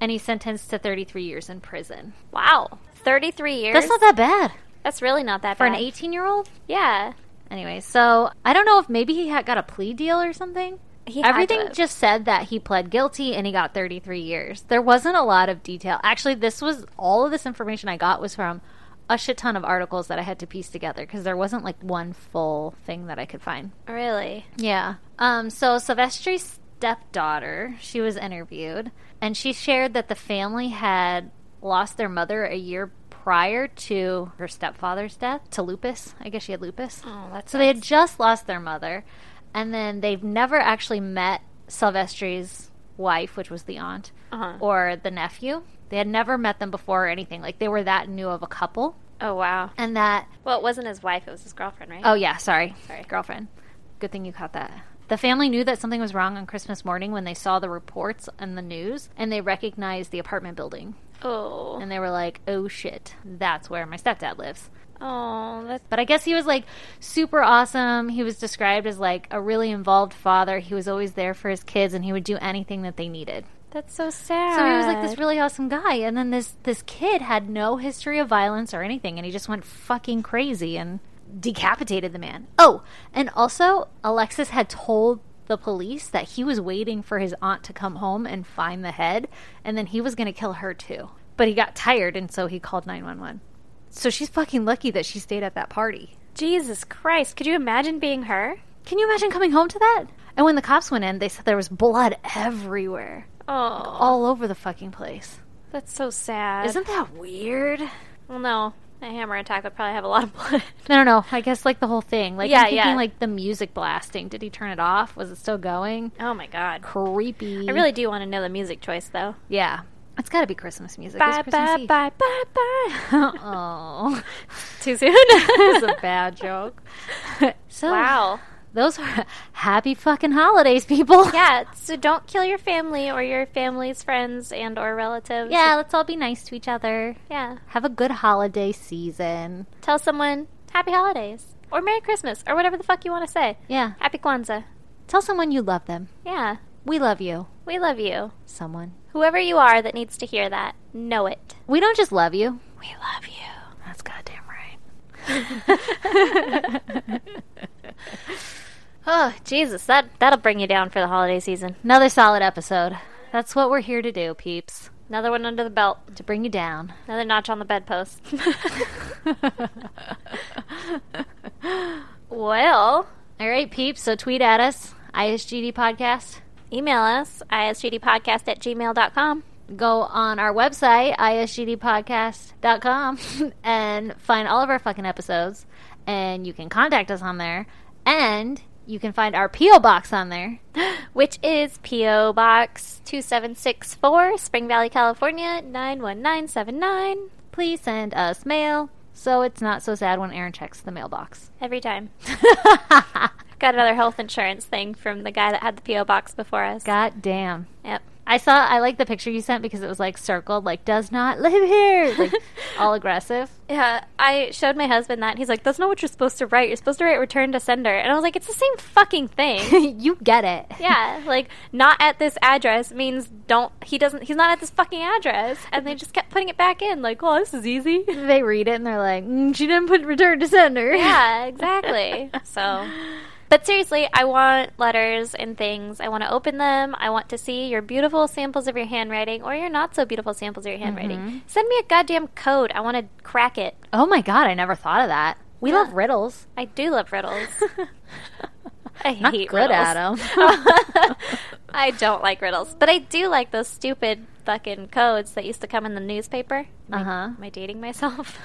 Speaker 1: and he's sentenced to 33 years in prison.
Speaker 2: Wow. 33 years.
Speaker 1: That's not that bad
Speaker 2: That's really not that
Speaker 1: for
Speaker 2: bad.
Speaker 1: an 18 year old.
Speaker 2: Yeah.
Speaker 1: Anyway, so I don't know if maybe he had got a plea deal or something.
Speaker 2: He had to
Speaker 1: Everything
Speaker 2: have.
Speaker 1: just said that he pled guilty and he got 33 years. There wasn't a lot of detail. Actually, this was all of this information I got was from a shit ton of articles that I had to piece together because there wasn't like one full thing that I could find.
Speaker 2: Really?
Speaker 1: Yeah. Um, so Silvestri's stepdaughter, she was interviewed, and she shared that the family had lost their mother a year prior to her stepfather's death to lupus. I guess she had lupus.
Speaker 2: Oh, that's
Speaker 1: so they had just lost their mother, and then they've never actually met Silvestri's wife, which was the aunt,
Speaker 2: Uh-huh.
Speaker 1: or the nephew. They had never met them before or anything. Like they were that new of a couple,
Speaker 2: Oh, wow.
Speaker 1: and that
Speaker 2: Well, it wasn't his wife, it was his girlfriend, right?
Speaker 1: Oh yeah, sorry.
Speaker 2: Sorry.
Speaker 1: Girlfriend. Good thing you caught that. The family knew that something was wrong on Christmas morning when they saw the reports and the news and they recognized the apartment building
Speaker 2: Oh.
Speaker 1: and they were like, "Oh shit, that's where my stepdad lives."
Speaker 2: Oh, that's.
Speaker 1: But I guess he was like super awesome. He was described as like a really involved father. He was always there for his kids and he would do anything that they needed.
Speaker 2: That's so sad.
Speaker 1: So he was like this really awesome guy and then this this kid had no history of violence or anything and he just went fucking crazy and decapitated the man. Oh, and also Alexis had told the police that he was waiting for his aunt to come home and find the head and then he was going to kill her too. but he got tired and so he called 911. So she's fucking lucky that she stayed at that party.
Speaker 2: Jesus Christ, could you imagine being her?
Speaker 1: Can you imagine coming home to that? And when the cops went in, they said there was blood everywhere,
Speaker 2: Oh,
Speaker 1: all over the fucking place.
Speaker 2: that's so sad.
Speaker 1: Isn't that weird?
Speaker 2: Well, no, a hammer attack would probably have a lot of blood.
Speaker 1: I don't know. I guess like the whole thing. Like
Speaker 2: Yeah,
Speaker 1: I'm thinking
Speaker 2: yeah.
Speaker 1: like the music blasting. Did he turn it off? Was it still going?
Speaker 2: oh my God.
Speaker 1: Creepy.
Speaker 2: I really do want to know the music choice though.
Speaker 1: Yeah. It's got to be Christmas music. It's
Speaker 2: Bye
Speaker 1: Christmas
Speaker 2: bye
Speaker 1: Eve.
Speaker 2: bye bye <laughs> bye.
Speaker 1: <laughs> Oh, <laughs>
Speaker 2: Too soon. <laughs>
Speaker 1: that was a bad joke. <laughs> so
Speaker 2: wow.
Speaker 1: those are happy fucking holidays, people.
Speaker 2: Yeah. So don't kill your family or your family's friends and or
Speaker 1: <laughs>
Speaker 2: relatives.
Speaker 1: Yeah, let's all be nice to each other.
Speaker 2: Yeah.
Speaker 1: Have a good holiday season.
Speaker 2: Tell someone happy holidays or Merry Christmas or whatever the fuck you want to say.
Speaker 1: Yeah.
Speaker 2: Happy Kwanzaa.
Speaker 1: Tell someone you love them.
Speaker 2: Yeah.
Speaker 1: We love you.
Speaker 2: We love you.
Speaker 1: Someone.
Speaker 2: Whoever you are that needs to hear that, know it.
Speaker 1: We don't just love you.
Speaker 2: We love you.
Speaker 1: That's goddamn right.
Speaker 2: <laughs> Oh, Jesus, that that'll bring you down for the holiday season.
Speaker 1: <laughs> Another solid episode. That's what we're here to do, peeps.
Speaker 2: Another one under the belt.
Speaker 1: To bring you down.
Speaker 2: Another notch on the bedpost. well,
Speaker 1: All right, peeps. So tweet at us, ISGD Podcast.
Speaker 2: email us, isgdpodcast at gmail.com.
Speaker 1: Go on our website, isgdpodcast.com, <laughs> and find all of our fucking episodes. And you can contact us on there. And you can find our P.O. box on there.
Speaker 2: which is P.O. Box 2764, Spring Valley, California 91979.
Speaker 1: Please send us mail so it's not so sad when Aaron checks the mailbox. <laughs>
Speaker 2: Every time. Got another health insurance thing from the guy that had the P.O. Box before us.
Speaker 1: God damn.
Speaker 2: yep.
Speaker 1: I saw, I like the picture you sent because it was like circled, like, does not live here. <laughs> Like, all aggressive.
Speaker 2: Yeah, I showed my husband that. and He's like, that's not what you're supposed to write. You're supposed to write return to sender. And I was like, it's the same fucking
Speaker 1: <laughs>
Speaker 2: thing.
Speaker 1: you get it.
Speaker 2: Yeah, like not at this address means don't. He doesn't. He's not at this fucking address, and they just kept putting it back in. Like, well, this is easy.
Speaker 1: <laughs> They read it and they're like, mm, she didn't put return to sender. <laughs>
Speaker 2: Yeah, <laughs> exactly. so, but seriously, I want letters and things. I want to open them. I want to see your beautiful samples of your handwriting or your not so beautiful samples of your handwriting. Send me a goddamn code. I want to crack it.
Speaker 1: Oh my god, I never thought of that. We
Speaker 2: Yeah.
Speaker 1: love riddles.
Speaker 2: I do
Speaker 1: <laughs>
Speaker 2: love riddles. <laughs> I hate
Speaker 1: Not good
Speaker 2: riddles.
Speaker 1: at 'em. <laughs>
Speaker 2: <laughs> I don't like riddles, but I do like those stupid fucking codes that used to come in the newspaper.
Speaker 1: Uh huh.
Speaker 2: Am I dating
Speaker 1: <laughs>
Speaker 2: myself?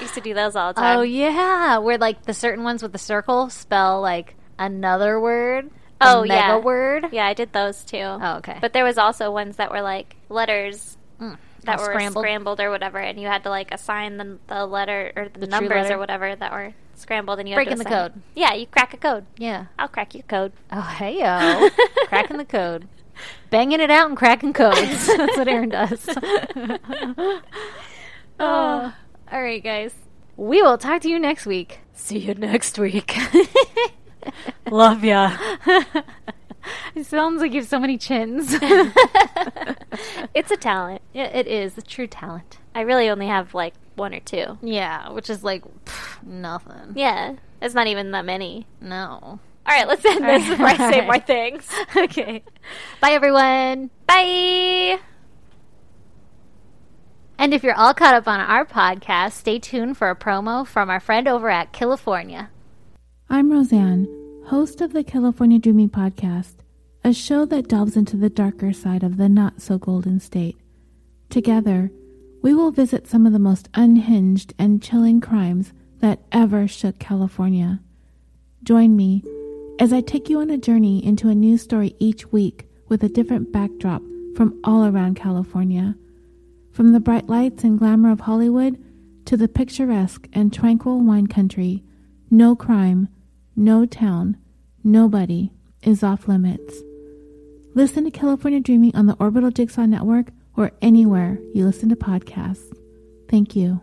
Speaker 2: used to do those all the time.
Speaker 1: Oh yeah, where like the certain ones with the circle spell like another word. a
Speaker 2: Oh,
Speaker 1: mega
Speaker 2: yeah.
Speaker 1: word.
Speaker 2: yeah, I did those too.
Speaker 1: Oh, okay. Hmm.
Speaker 2: But there was also ones that were like letters
Speaker 1: all
Speaker 2: that were
Speaker 1: scrambled.
Speaker 2: scrambled. or whatever, and you had to like assign the, the letter or the,
Speaker 1: The true
Speaker 2: numbers
Speaker 1: letter.
Speaker 2: or whatever that were scrambled, and you
Speaker 1: Breaking
Speaker 2: had to
Speaker 1: the
Speaker 2: assign it.
Speaker 1: code.
Speaker 2: Yeah, you crack a code.
Speaker 1: yeah.
Speaker 2: I'll crack you a code.
Speaker 1: Oh hey yo, cracking the
Speaker 2: <laughs>
Speaker 1: code, banging it out and cracking codes. <laughs> That's what Aaron <laughs>
Speaker 2: <laughs>
Speaker 1: does. oh. All right, guys. We will talk to you next week.
Speaker 2: See you next week. <laughs>
Speaker 1: Love ya. <laughs> it sounds like you have so many
Speaker 2: <laughs>
Speaker 1: chins.
Speaker 2: <laughs>
Speaker 1: <laughs>
Speaker 2: it's a talent.
Speaker 1: Yeah, it is a true talent.
Speaker 2: I really only have like one or two.
Speaker 1: Yeah, which is like pff, nothing.
Speaker 2: Yeah, it's not even that many.
Speaker 1: No.
Speaker 2: All right, let's end this before I
Speaker 1: <laughs>
Speaker 2: say
Speaker 1: All
Speaker 2: more
Speaker 1: right.
Speaker 2: things.
Speaker 1: okay. Bye, everyone.
Speaker 2: Bye.
Speaker 1: And if you're all caught up on our podcast, stay tuned for a promo from our friend over at California.
Speaker 4: I'm Roseanne, host of the California Dreaming Podcast, a show that delves into the darker side of the not so golden state. Together, we will visit some of the most unhinged and chilling crimes that ever shook California. Join me as I take you on a journey into a new story each week with a different backdrop from all around California. From the bright lights and glamour of Hollywood to the picturesque and tranquil wine country, no crime, no town, nobody is off limits. Listen to California Dreaming on the Orbital Jigsaw Network or anywhere you listen to podcasts. Thank you.